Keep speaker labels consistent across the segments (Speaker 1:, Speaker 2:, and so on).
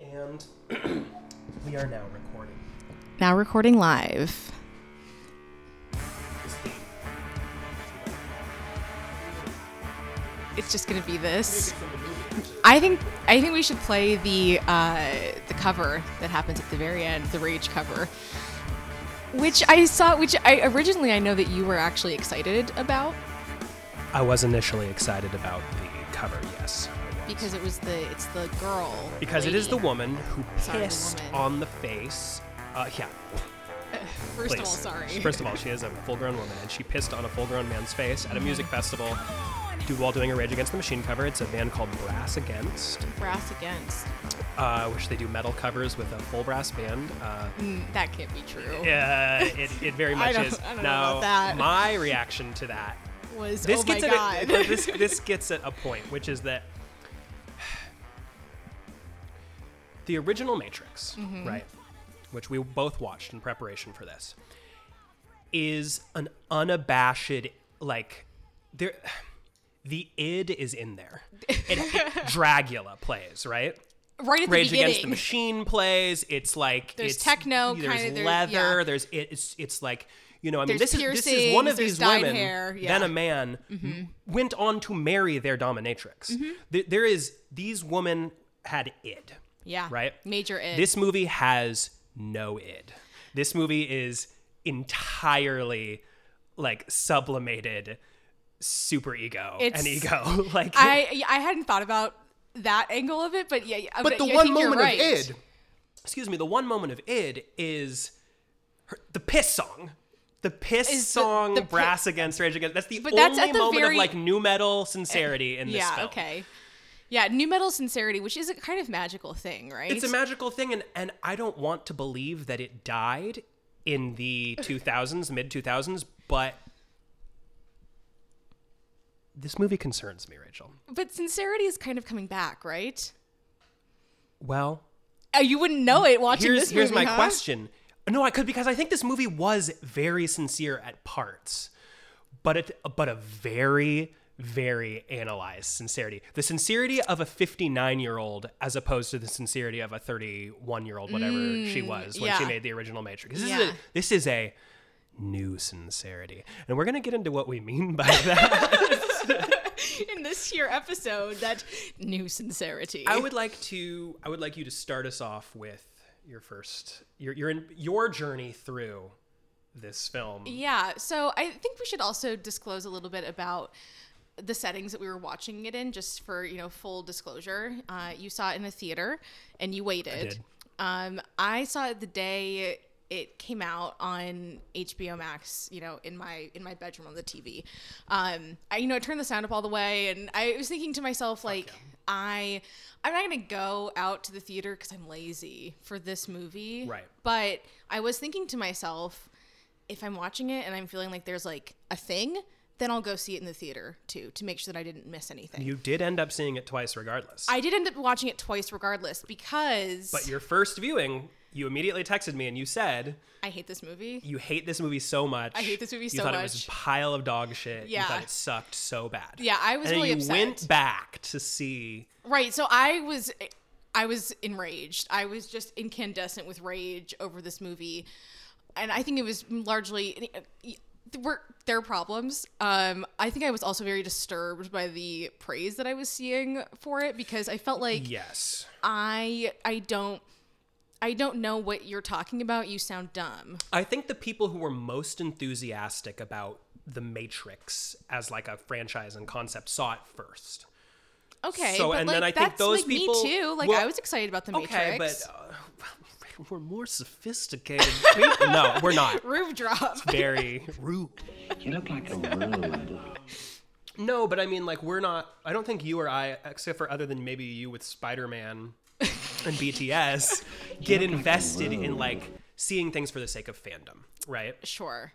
Speaker 1: And we are now recording.
Speaker 2: Now recording live. It's just gonna be this. I think I think we should play the uh, the cover that happens at the very end, the Rage cover, which I saw. Which I originally I know that you were actually excited about
Speaker 1: I was initially excited about the cover, yes. I was.
Speaker 2: because it was the it's the girl
Speaker 1: Because it is the
Speaker 2: lady.
Speaker 1: woman who
Speaker 2: Sorry, the
Speaker 1: pissed
Speaker 2: woman.
Speaker 1: on the face. Uh, yeah,
Speaker 2: First
Speaker 1: please.
Speaker 2: of all, sorry.
Speaker 1: First of all, she is a full-grown woman, and she pissed on a full-grown man's face at a music
Speaker 2: Oh
Speaker 1: festival. Dude, while doing a Rage Against the Machine cover, it's a band called Brass Against,
Speaker 2: Brass against
Speaker 1: uh, which they do metal covers with a full brass band. Uh,
Speaker 2: Mm, that can't be true.
Speaker 1: yeah, it, it very
Speaker 2: I
Speaker 1: much
Speaker 2: don't-
Speaker 1: is.
Speaker 2: I don't know
Speaker 1: now,
Speaker 2: about that.
Speaker 1: my reaction to that
Speaker 2: Was
Speaker 1: this
Speaker 2: oh
Speaker 1: gets
Speaker 2: my
Speaker 1: at a,
Speaker 2: god.
Speaker 1: this this gets at a point, which is that the original Matrix,
Speaker 2: Mm-hmm.
Speaker 1: right, which we both watched in preparation for this, is an unabashed like there. The id is in there. It, it- Dragula plays right.
Speaker 2: right at the
Speaker 1: Rage
Speaker 2: beginning.
Speaker 1: Against the Machine plays. It's like
Speaker 2: There's
Speaker 1: it's,
Speaker 2: techno,
Speaker 1: There's
Speaker 2: kinda, there's-
Speaker 1: leather.
Speaker 2: yeah.
Speaker 1: There's it's it's like you know. I mean,
Speaker 2: There's
Speaker 1: this is this is one of
Speaker 2: piercings, there's
Speaker 1: these
Speaker 2: dyed
Speaker 1: women.
Speaker 2: hair,
Speaker 1: Then
Speaker 2: yeah. Mm-hmm.
Speaker 1: a man went on to marry their dominatrix. Th- there is these women had id.
Speaker 2: Yeah.
Speaker 1: Right.
Speaker 2: Major id.
Speaker 1: This movie has no id. This movie is entirely like sublimated super ego
Speaker 2: It's-
Speaker 1: and ego like
Speaker 2: I yeah, I hadn't thought about that angle of it, but yeah, yeah,
Speaker 3: But the
Speaker 2: I
Speaker 3: one
Speaker 2: think you're
Speaker 3: moment
Speaker 2: right.
Speaker 3: of id,
Speaker 1: excuse me, the one moment of id is her, the piss song. The piss
Speaker 2: Is the-
Speaker 1: song,
Speaker 2: the pi-
Speaker 1: brass against rage against. That's the
Speaker 2: But
Speaker 1: only
Speaker 2: that's at the
Speaker 1: moment
Speaker 2: very- Eh,
Speaker 1: of like new metal sincerity in this
Speaker 2: yeah,
Speaker 1: film.
Speaker 2: okay, yeah, new metal sincerity, which is a kind of magical thing, right?
Speaker 1: It's a magical thing, and and I don't want to believe that it died in the 2000s, mid 2000s, but this movie concerns me, Rachel.
Speaker 2: but sincerity is kind of coming back, right?
Speaker 1: Well,
Speaker 2: Uh, you wouldn't know it watching
Speaker 1: here's
Speaker 2: this
Speaker 1: here's
Speaker 2: movie,
Speaker 1: my
Speaker 2: huh?
Speaker 1: question. No, I could because I think this movie was very sincere at parts, but it but a very very analyzed sincerity. The sincerity of a 59 year old as opposed to the sincerity of a 31 year old, whatever she was when she
Speaker 2: Mm, yeah.
Speaker 1: made the original Matrix. This is
Speaker 2: Yeah.
Speaker 1: a this is a new sincerity, and we're gonna get into what we mean by that.
Speaker 2: in this here episode. That new sincerity.
Speaker 1: I would like to I would like you to start us off with your first your your your journey through this film.
Speaker 2: Yeah. So I think we should also disclose a little bit about the settings that we were watching it in, just for you know full disclosure. Uh, you saw it in a theater, and you waited.
Speaker 1: did.
Speaker 2: Um, I saw it the day it came out on HBO Max. You know, in my in my bedroom on the TV. Um, I you know I turned the sound up all the way, and I was thinking to myself like. I I'm not gonna go out to the theater because I'm lazy for this movie.
Speaker 1: Right.
Speaker 2: But I was thinking to myself, if I'm watching it and I'm feeling like there's like a thing, then I'll go see it in the theater too to make sure that I didn't miss anything.
Speaker 1: You did end up seeing it twice, regardless.
Speaker 2: I did end up watching it twice regardless because
Speaker 1: but your first viewing, you immediately texted me and you said
Speaker 2: I hate this movie.
Speaker 1: you hate this movie so much. I
Speaker 2: hate this movie
Speaker 1: you
Speaker 2: so
Speaker 1: thought it was
Speaker 2: much.
Speaker 1: a pile of dog shit.
Speaker 2: Yeah.
Speaker 1: You thought it sucked so bad.
Speaker 2: Yeah, I was
Speaker 1: and then
Speaker 2: really
Speaker 1: you
Speaker 2: upset.
Speaker 1: went back to see.
Speaker 2: Right, so I was I was enraged. I was just incandescent with rage over this movie. And I think it was largely there were their problems. Um, I think I was also very disturbed by the praise that I was seeing for it because I felt like
Speaker 1: Yes.
Speaker 2: I I don't I don't know what you're talking about. You sound dumb.
Speaker 1: I think the people who were most enthusiastic about The Matrix as like a franchise and concept saw it first.
Speaker 2: Okay,
Speaker 1: So,
Speaker 2: but
Speaker 1: and
Speaker 2: like
Speaker 1: then I think
Speaker 2: that's
Speaker 1: those
Speaker 2: like
Speaker 1: people-
Speaker 2: me too. Like
Speaker 1: well,
Speaker 2: I was excited about the Matrix.
Speaker 1: Okay, but uh, we're more sophisticated people. no, we're not.
Speaker 2: roof drop.
Speaker 1: Very rude.
Speaker 4: You look like a rude.
Speaker 1: No, but I mean, like, we're not. I don't think you or I, except for other than maybe you with Spider Man and BTS, get invested in like seeing things for the sake of fandom, right?
Speaker 2: sure,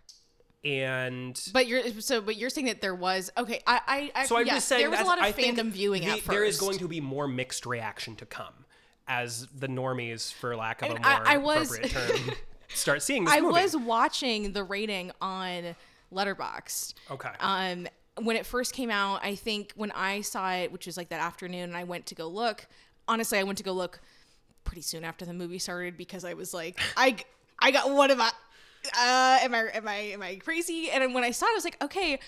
Speaker 1: And
Speaker 2: but you're so but you're saying that there was okay. I I, I
Speaker 1: so I'm
Speaker 2: yeah,
Speaker 1: just saying
Speaker 2: there was a
Speaker 1: that's-
Speaker 2: lot of
Speaker 1: I think
Speaker 2: fandom viewing
Speaker 1: the-
Speaker 2: at first.
Speaker 1: There is going to be more mixed reaction to come as the normies, for lack of a
Speaker 2: And
Speaker 1: more
Speaker 2: I- I was-
Speaker 1: appropriate term, start seeing this
Speaker 2: I
Speaker 1: movie.
Speaker 2: was watching the rating on Letterboxd.
Speaker 1: okay.
Speaker 2: Um, when it first came out, I think when I saw it, which was like that afternoon, and I went to go look. Honestly, I went to go look pretty soon after the movie started because I was like, I I got what am I? Uh, am I am I am I crazy? And then when I saw it, I was like, okay,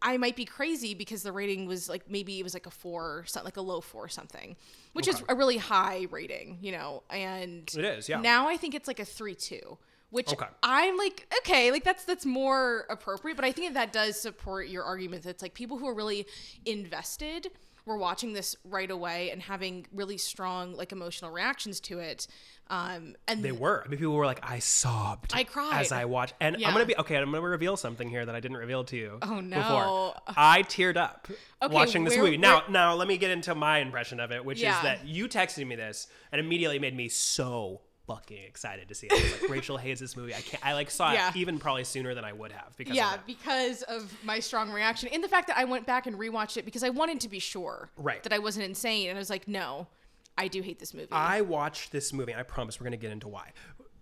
Speaker 2: I might be crazy because the rating was like maybe it was like a four, or something like a low four or something, which is a really high rating, you know. And
Speaker 1: It is, yeah.
Speaker 2: Now I think it's like a three two, which
Speaker 1: Okay.
Speaker 2: I'm like okay, like that's that's more appropriate. But I think that does support your argument that it's like people who are really invested were watching this right away and having really strong like emotional reactions to it. Um, and
Speaker 1: They were. I mean, people were like, I sobbed.
Speaker 2: I cried.
Speaker 1: As I watched. And
Speaker 2: Yeah.
Speaker 1: I'm going to be, okay, I'm going to reveal something here that I didn't reveal to you.
Speaker 2: Oh, no.
Speaker 1: Before. I teared up
Speaker 2: Okay,
Speaker 1: watching this
Speaker 2: where-
Speaker 1: movie. Now,
Speaker 2: where-
Speaker 1: now, let me get into my impression of it, which
Speaker 2: Yeah.
Speaker 1: is that you texted me this and immediately made me so fucking excited to see it. I was like, Rachel Hayes, this movie. I can't, I like saw
Speaker 2: Yeah.
Speaker 1: it even probably sooner than I would have because
Speaker 2: yeah,
Speaker 1: of that.
Speaker 2: because of my strong reaction and the fact that I went back and rewatched it because I wanted to be sure
Speaker 1: Right.
Speaker 2: that I wasn't insane. And I was like, no, I do hate this movie.
Speaker 1: I watched this movie, and I promise we're gonna get into why.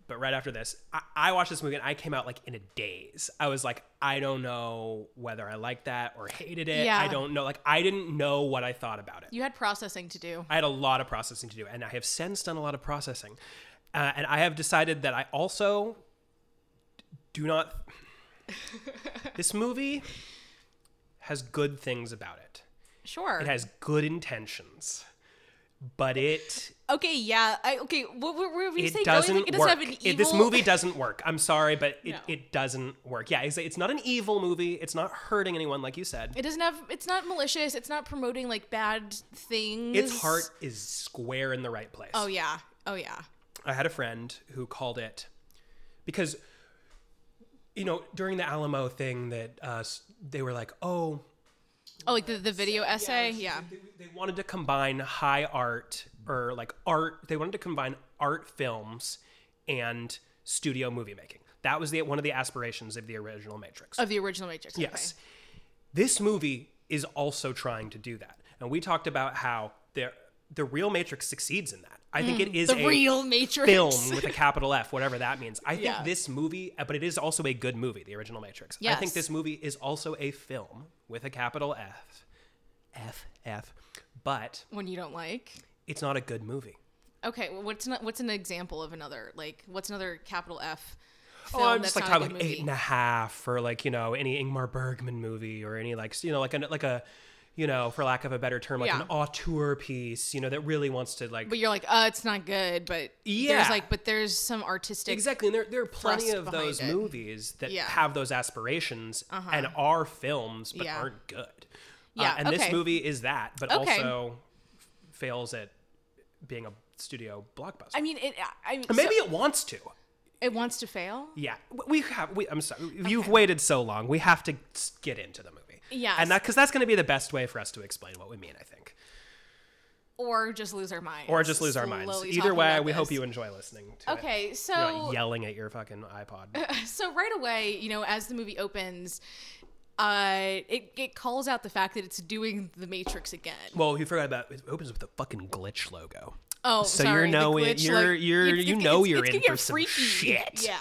Speaker 1: But right after this, I, I watched this movie and I came out like in a daze. I was like, I don't know whether I liked that or hated it.
Speaker 2: Yeah.
Speaker 1: I don't know. Like, I didn't know what I thought about it.
Speaker 2: you had processing to do.
Speaker 1: I had a lot of processing to do, and I have since done a lot of processing. Uh, and I have decided that I also do not. this movie has good things about it,
Speaker 2: Sure.
Speaker 1: it has good intentions, but it
Speaker 2: okay, yeah. I, okay, what, what, what were you
Speaker 1: it
Speaker 2: saying?
Speaker 1: doesn't
Speaker 2: oh, like, it doesn't
Speaker 1: work.
Speaker 2: have an evil.
Speaker 1: It- this movie doesn't work. I'm sorry, but it,
Speaker 2: No.
Speaker 1: it doesn't work. Yeah, it's, it's not an evil movie. It's not hurting anyone, like you said.
Speaker 2: It doesn't have. It's not malicious. It's not promoting like bad things.
Speaker 1: its heart is square in the right place.
Speaker 2: Oh yeah. Oh yeah.
Speaker 1: I had a friend who called it because, you know, during the Alamo thing, that uh, s- they were like, oh,
Speaker 2: Oh, like the, the video essay. Yeah.
Speaker 1: They, they wanted to combine high art or like art. They wanted to combine art films and studio movie making. That was the one of the aspirations of the original Matrix.
Speaker 2: Of the original Matrix. okay.
Speaker 1: Yes. This movie is also trying to do that. And we talked about how the the real Matrix succeeds in that. I think it is
Speaker 2: Mm. The
Speaker 1: a
Speaker 2: real Matrix.
Speaker 1: film with a capital F, whatever that means. I think
Speaker 2: Yeah.
Speaker 1: this movie, uh, but it is also a good movie, the original Matrix. I
Speaker 2: Yes.
Speaker 1: think this movie is also a film with a capital F. F F. But
Speaker 2: One you don't like.
Speaker 1: it's not a good movie.
Speaker 2: Okay, well, what's an, what's an example of another like what's another capital F? Film
Speaker 1: Oh, I'm just like
Speaker 2: that's not a
Speaker 1: talking like
Speaker 2: good
Speaker 1: eight
Speaker 2: movie?
Speaker 1: and a half, or like you know any Ingmar Bergman movie, or any like you know like a like a you know for lack of a better term like an
Speaker 2: Yeah.
Speaker 1: auteur piece, you know that really wants to like
Speaker 2: But you're like, uh, it's not good. But there's
Speaker 1: Yeah.
Speaker 2: like, but there's some artistic.
Speaker 1: exactly. And there there are plenty
Speaker 2: thrust
Speaker 1: of those
Speaker 2: behind it.
Speaker 1: movies that
Speaker 2: Yeah. Uh-huh.
Speaker 1: have those aspirations and are films but
Speaker 2: Yeah.
Speaker 1: aren't good. Uh,
Speaker 2: Yeah,
Speaker 1: and
Speaker 2: okay.
Speaker 1: this movie is that, but
Speaker 2: Okay.
Speaker 1: also fails at being a studio blockbuster.
Speaker 2: I mean, it. I, I
Speaker 1: And maybe
Speaker 2: so-
Speaker 1: it wants to.
Speaker 2: it wants to fail.
Speaker 1: Yeah, w- we have. We, I'm sorry. You've waited so long. We have to s- get into the movie.
Speaker 2: Yes.
Speaker 1: and that because that's going to be the best way for us to explain what we mean. I think,
Speaker 2: or just lose our minds,
Speaker 1: or just lose our minds.
Speaker 2: Slowly
Speaker 1: Either
Speaker 2: talking
Speaker 1: way,
Speaker 2: about
Speaker 1: we hope
Speaker 2: this.
Speaker 1: you enjoy listening to it.
Speaker 2: Okay, so
Speaker 1: You're not yelling at your fucking iPod.
Speaker 2: so right away, you know, as the movie opens, uh, it it calls out the fact that it's doing the Matrix again.
Speaker 1: well, you forgot about. It opens with the fucking glitch logo.
Speaker 2: Oh,
Speaker 1: so
Speaker 2: sorry,
Speaker 1: you're
Speaker 2: the
Speaker 1: knowing
Speaker 2: glitch,
Speaker 1: you're
Speaker 2: like,
Speaker 1: you're
Speaker 2: it's-
Speaker 1: you
Speaker 2: it's-
Speaker 1: know
Speaker 2: it's-
Speaker 1: you're
Speaker 2: it's
Speaker 1: in
Speaker 2: gonna
Speaker 1: for
Speaker 2: get
Speaker 1: some
Speaker 2: freaky.
Speaker 1: shit.
Speaker 2: Yeah,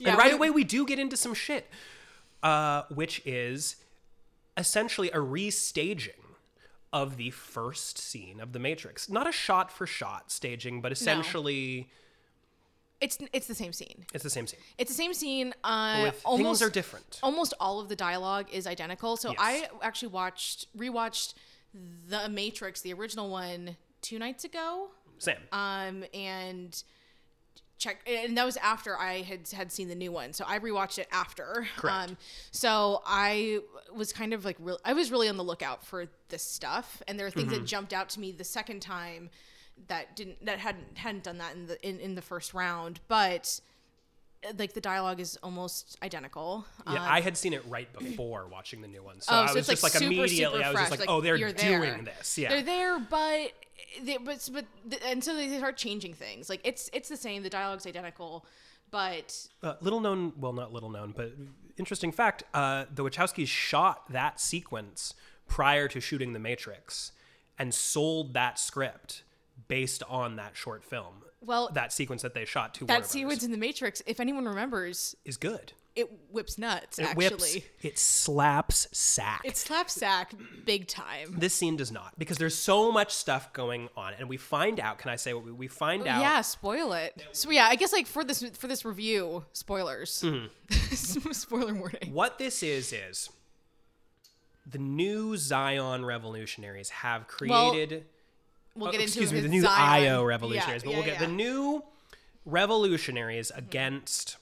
Speaker 2: yeah.
Speaker 1: and right
Speaker 2: we-
Speaker 1: away we do get into some shit, uh, which is essentially a restaging of the first scene of The Matrix. Not a shot for shot staging, but essentially
Speaker 2: it's it's the same scene.
Speaker 1: it's the same scene.
Speaker 2: It's the same scene. Uh,
Speaker 1: With
Speaker 2: almost
Speaker 1: things are different.
Speaker 2: almost all of the dialogue is identical. So
Speaker 1: Yes.
Speaker 2: I actually watched rewatched The Matrix, the original one, two nights ago.
Speaker 1: Sam,
Speaker 2: Um and check and that was after I had had seen the new one. So I rewatched it after.
Speaker 1: Correct.
Speaker 2: Um so I was kind of like real I was really on the lookout for this stuff and there are things that jumped out to me the second time that didn't that hadn't hadn't done that in the in, in the first round, but uh, like the dialogue is almost identical.
Speaker 1: yeah, I had seen it right before watching the new one, so
Speaker 2: Uh, Oh,
Speaker 1: I
Speaker 2: so
Speaker 1: was
Speaker 2: it's, like,
Speaker 1: just like,
Speaker 2: super,
Speaker 1: immediately,
Speaker 2: super
Speaker 1: I was just
Speaker 2: fresh,
Speaker 1: like,
Speaker 2: like,
Speaker 1: oh, they're
Speaker 2: you're there.
Speaker 1: doing this, yeah.
Speaker 2: They're there, but they, but but and so they start changing things. Like it's it's the same. The dialogue's identical, but
Speaker 1: Uh, little known, well, not little known, but interesting fact: uh, the Wachowskis shot that sequence prior to shooting The Matrix, and sold that script based on that short film.
Speaker 2: Well,
Speaker 1: that sequence that they shot to Warner
Speaker 2: that
Speaker 1: Brothers
Speaker 2: sequence in the Matrix, if anyone remembers,
Speaker 1: is good.
Speaker 2: it whips nuts.
Speaker 1: It
Speaker 2: actually,
Speaker 1: whips. It slaps sack.
Speaker 2: it slaps sack big time.
Speaker 1: this scene does not because there's so much stuff going on, and we find out. Can I say what we, we find out?
Speaker 2: Yeah, spoil it. So yeah, I guess like for this for this review, spoilers.
Speaker 1: Mm-hmm.
Speaker 2: Spoiler warning.
Speaker 1: What this is is the new Zion revolutionaries have
Speaker 2: Well,
Speaker 1: created.
Speaker 2: We'll
Speaker 1: oh,
Speaker 2: get into
Speaker 1: excuse me,
Speaker 2: his
Speaker 1: the new
Speaker 2: Zion.
Speaker 1: IO
Speaker 2: Yeah,
Speaker 1: revolutionaries, but we'll
Speaker 2: yeah,
Speaker 1: get
Speaker 2: yeah.
Speaker 1: the new revolutionaries against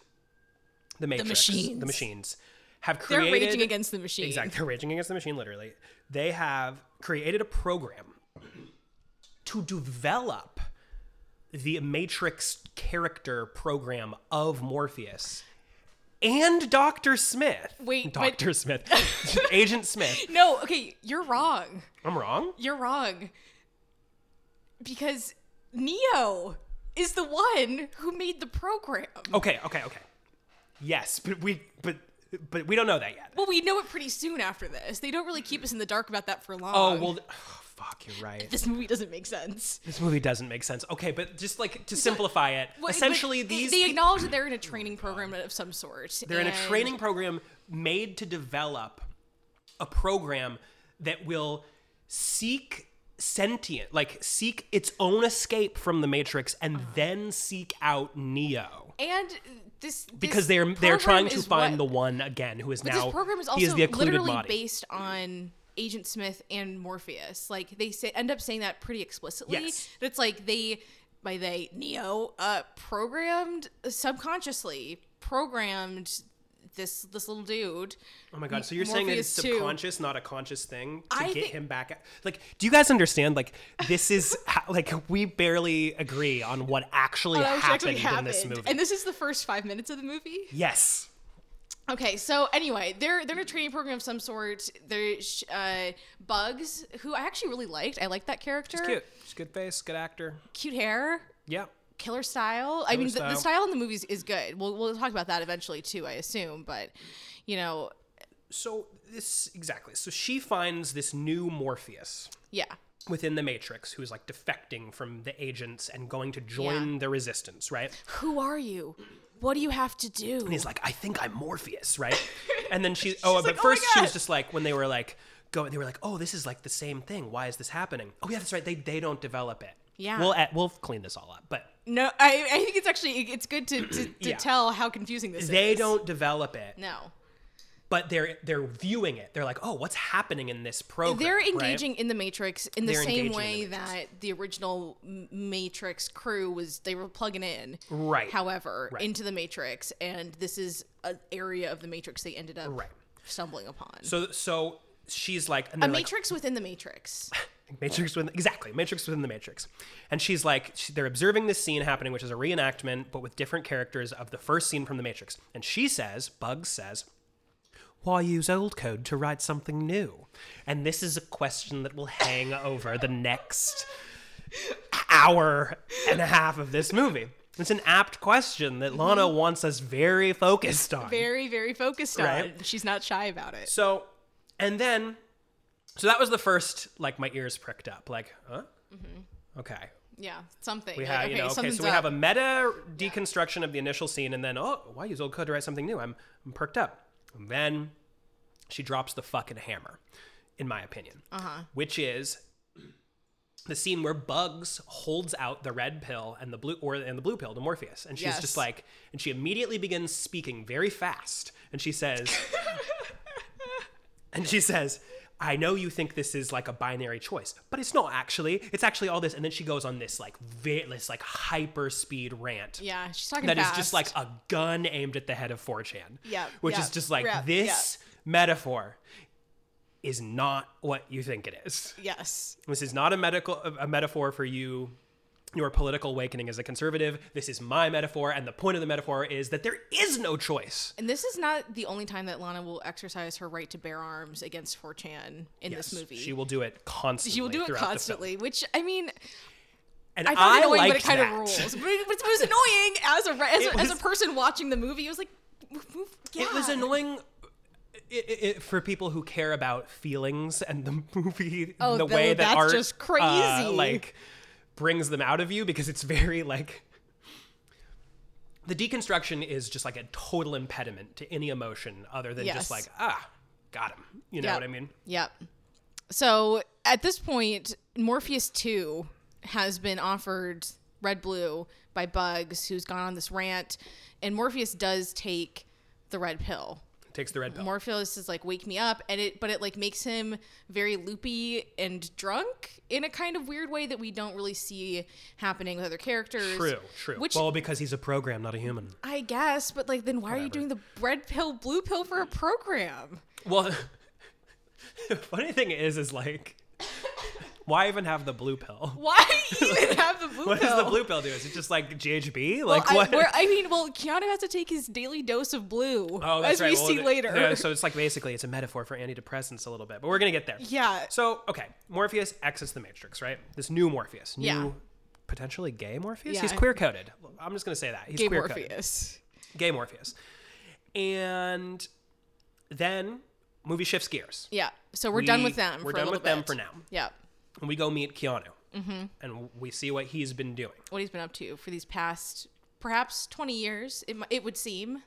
Speaker 1: the Matrix,
Speaker 2: machines.
Speaker 1: machines have
Speaker 2: They're
Speaker 1: created
Speaker 2: raging against the machine.
Speaker 1: Exactly. They're raging against the machine, literally. They have created a program to develop the Matrix character program of Morpheus and Dr. Smith.
Speaker 2: Wait, but-
Speaker 1: Dr. Smith. Agent Smith.
Speaker 2: No, okay, you're wrong.
Speaker 1: I'm wrong.
Speaker 2: You're wrong. Because Neo is the one who made the program.
Speaker 1: Okay, okay, okay. Yes, but we but but we don't know that yet.
Speaker 2: Well, we know it pretty soon after this. They don't really keep us in the dark about that for long.
Speaker 1: Oh, well fuck, you're right.
Speaker 2: this movie doesn't make sense.
Speaker 1: This movie doesn't make sense. Okay, but just like to simplify it,
Speaker 2: Well, but
Speaker 1: essentially
Speaker 2: they-
Speaker 1: these
Speaker 2: they,
Speaker 1: peo-
Speaker 2: acknowledge that they're in a training program of some sort.
Speaker 1: They're in a
Speaker 2: and-
Speaker 1: training program made to develop a program that will seek sentient, like seek its own escape from the Matrix and
Speaker 2: Uh-huh.
Speaker 1: then seek out Neo.
Speaker 2: and this, this
Speaker 1: Because they're they're
Speaker 2: program
Speaker 1: trying to
Speaker 2: is
Speaker 1: find
Speaker 2: what-
Speaker 1: the one again who is
Speaker 2: But
Speaker 1: now
Speaker 2: this program is
Speaker 1: he
Speaker 2: also
Speaker 1: is the occluded
Speaker 2: literally
Speaker 1: body.
Speaker 2: based on Agent Smith and Morpheus. Like they say, end up saying that pretty explicitly.
Speaker 1: Yes.
Speaker 2: That It's like they, by they Neo, uh, programmed subconsciously programmed this this little dude.
Speaker 1: oh my god! So you're saying that it's
Speaker 2: Morpheus too.
Speaker 1: subconscious, not a conscious thing to
Speaker 2: I
Speaker 1: get
Speaker 2: think-
Speaker 1: him back? At, like, do you guys understand? Like, this is how, like we barely agree on what actually,
Speaker 2: That
Speaker 1: happened,
Speaker 2: actually
Speaker 1: in this movie.
Speaker 2: and this is the first five minutes of the movie.
Speaker 1: yes.
Speaker 2: Okay, so anyway, they're they're in a training program of some sort. There's uh, Bugs, who I actually really liked. I liked that character.
Speaker 1: Cute. She's good face, good actor.
Speaker 2: cute hair.
Speaker 1: Yeah.
Speaker 2: killer style. I mean, The,
Speaker 1: style.
Speaker 2: the style in the movies is good. We'll we'll talk about that eventually too, I assume. But you know,
Speaker 1: So this exactly. So she finds this new Morpheus
Speaker 2: yeah,
Speaker 1: within the Matrix who's like defecting from the agents and going to join the resistance, right?
Speaker 2: who are you? What do you have to do?
Speaker 1: And he's like, I think I'm Morpheus, right? And then she oh,
Speaker 2: She's
Speaker 1: but
Speaker 2: like, "Oh my
Speaker 1: first she was
Speaker 2: God."
Speaker 1: just like when they were like go they were like, Oh, this is like the same thing. Why is this happening? Oh yeah, that's right. They they don't develop it.
Speaker 2: Yeah.
Speaker 1: We'll eh, we'll clean this all up. But
Speaker 2: No, I, I think it's actually it's good to to, to
Speaker 1: Yeah.
Speaker 2: tell how confusing this is.
Speaker 1: they don't develop it,
Speaker 2: No,
Speaker 1: but they're they're viewing it. They're like, oh, what's happening in this program?
Speaker 2: they're
Speaker 1: right?
Speaker 2: engaging in the Matrix in the
Speaker 1: They're engaging
Speaker 2: same
Speaker 1: in the
Speaker 2: way
Speaker 1: Matrix.
Speaker 2: that the original M- Matrix crew was. They were plugging in,
Speaker 1: Right.
Speaker 2: However,
Speaker 1: Right.
Speaker 2: into the Matrix, and this is an area of the Matrix they ended up
Speaker 1: Right.
Speaker 2: stumbling upon.
Speaker 1: So so she's like, and
Speaker 2: a
Speaker 1: they're like,
Speaker 2: Matrix within the Matrix.
Speaker 1: Matrix within exactly Matrix within the Matrix, and she's like she, they're observing this scene happening, which is a reenactment but with different characters of the first scene from the Matrix, and she says, Bugs says, "Why use old code to write something new?" And this is a question that will hang over the next hour and a half of this movie. It's an apt question that Lana wants us very focused on.
Speaker 2: very very focused on
Speaker 1: Right.
Speaker 2: it. she's not shy about it
Speaker 1: So, and then, so that was the first, like, my ears pricked up. Like, huh? Okay.
Speaker 2: yeah something
Speaker 1: We
Speaker 2: Like,
Speaker 1: have,
Speaker 2: Mm-hmm. okay,
Speaker 1: you know, okay,
Speaker 2: something's
Speaker 1: so we have a
Speaker 2: up.
Speaker 1: meta deconstruction of the initial scene, and then, oh, why use old code to write something new? I'm, I'm perked up. And then she drops the fucking hammer, in my opinion, uh-huh. which is the scene where Bugs holds out the red pill and the blue or and the blue pill to Morpheus, and she's
Speaker 2: Yes.
Speaker 1: just like, and she immediately begins speaking very fast, and she says, and she says, "I know you think this is like a binary choice, but it's not actually. It's actually all this." And then she goes on this like ve- this like hyper speed rant.
Speaker 2: yeah she's talking
Speaker 1: That is
Speaker 2: fast.
Speaker 1: just like a gun aimed at the head of 4chan.
Speaker 2: Yeah,
Speaker 1: Which
Speaker 2: yeah,
Speaker 1: is just like
Speaker 2: yeah,
Speaker 1: this metaphor is not what you think it is.
Speaker 2: yes
Speaker 1: This is not a medical a metaphor for you your political awakening as a conservative. This is my metaphor and the point of the metaphor is that there is no choice.
Speaker 2: and this is not the only time that lana will exercise her right to bear arms against 4chan in this movie
Speaker 1: She will do it constantly.
Speaker 2: She will do it
Speaker 1: throughout the film.
Speaker 2: constantly which i mean
Speaker 1: And
Speaker 2: i found it annoying but
Speaker 1: liked
Speaker 2: it kind
Speaker 1: that.
Speaker 2: of rules but it, but it was annoying as a, as,
Speaker 1: It
Speaker 2: a as a
Speaker 1: was-
Speaker 2: person watching the movie it was like move, move, yeah.
Speaker 1: It was annoying i i i for people who care about feelings and the movie
Speaker 2: Oh,
Speaker 1: and the
Speaker 2: tho-
Speaker 1: way that
Speaker 2: that's
Speaker 1: art
Speaker 2: just
Speaker 1: uh,
Speaker 2: crazy.
Speaker 1: like brings them out of you because it's very like the deconstruction is just like a total impediment to any emotion other than
Speaker 2: Yes.
Speaker 1: just like ah got him you know
Speaker 2: Yep.
Speaker 1: what i mean
Speaker 2: Yep. So at this point, Morpheus 2 has been offered Red Blue by Bugs, who's gone on this rant. And Morpheus does take the red pill.
Speaker 1: takes the red pill
Speaker 2: Morpheus is like, wake me up. And it, but it like makes him very loopy and drunk in a kind of weird way that we don't really see happening with other characters.
Speaker 1: true true
Speaker 2: Which
Speaker 1: well because he's a program not a human
Speaker 2: I guess, but like, then why are you doing the red pill, blue pill for a program?
Speaker 1: well the funny thing is is like why even have the blue pill
Speaker 2: Why even have the blue
Speaker 1: what
Speaker 2: pill?
Speaker 1: does the blue pill do is it just like ghb
Speaker 2: Well,
Speaker 1: like
Speaker 2: I,
Speaker 1: what
Speaker 2: where- I mean, well, Keanu has to take his daily dose of blue,
Speaker 1: Oh, that's
Speaker 2: as
Speaker 1: right.
Speaker 2: we
Speaker 1: Well,
Speaker 2: see
Speaker 1: th-
Speaker 2: later.
Speaker 1: Yeah, so it's like basically it's a metaphor for antidepressants a little bit, but we're gonna get there.
Speaker 2: Yeah.
Speaker 1: So okay, Morpheus exits the Matrix, right? This new Morpheus, new
Speaker 2: Yeah.
Speaker 1: potentially gay Morpheus.
Speaker 2: Yeah.
Speaker 1: He's queer coded. I'm just gonna say that he's
Speaker 2: Gay
Speaker 1: queer coded.
Speaker 2: Morpheus.
Speaker 1: Gay Morpheus. And then movie shifts gears.
Speaker 2: Yeah. So we're done
Speaker 1: We-
Speaker 2: with them.
Speaker 1: We're
Speaker 2: for
Speaker 1: done
Speaker 2: a little
Speaker 1: with them
Speaker 2: bit.
Speaker 1: for now,
Speaker 2: Yeah. Mm-hmm.
Speaker 1: and we go meet Keanu, and we see what he's been doing.
Speaker 2: What he's been up to for these past perhaps 20 years, it, mi- it would seem.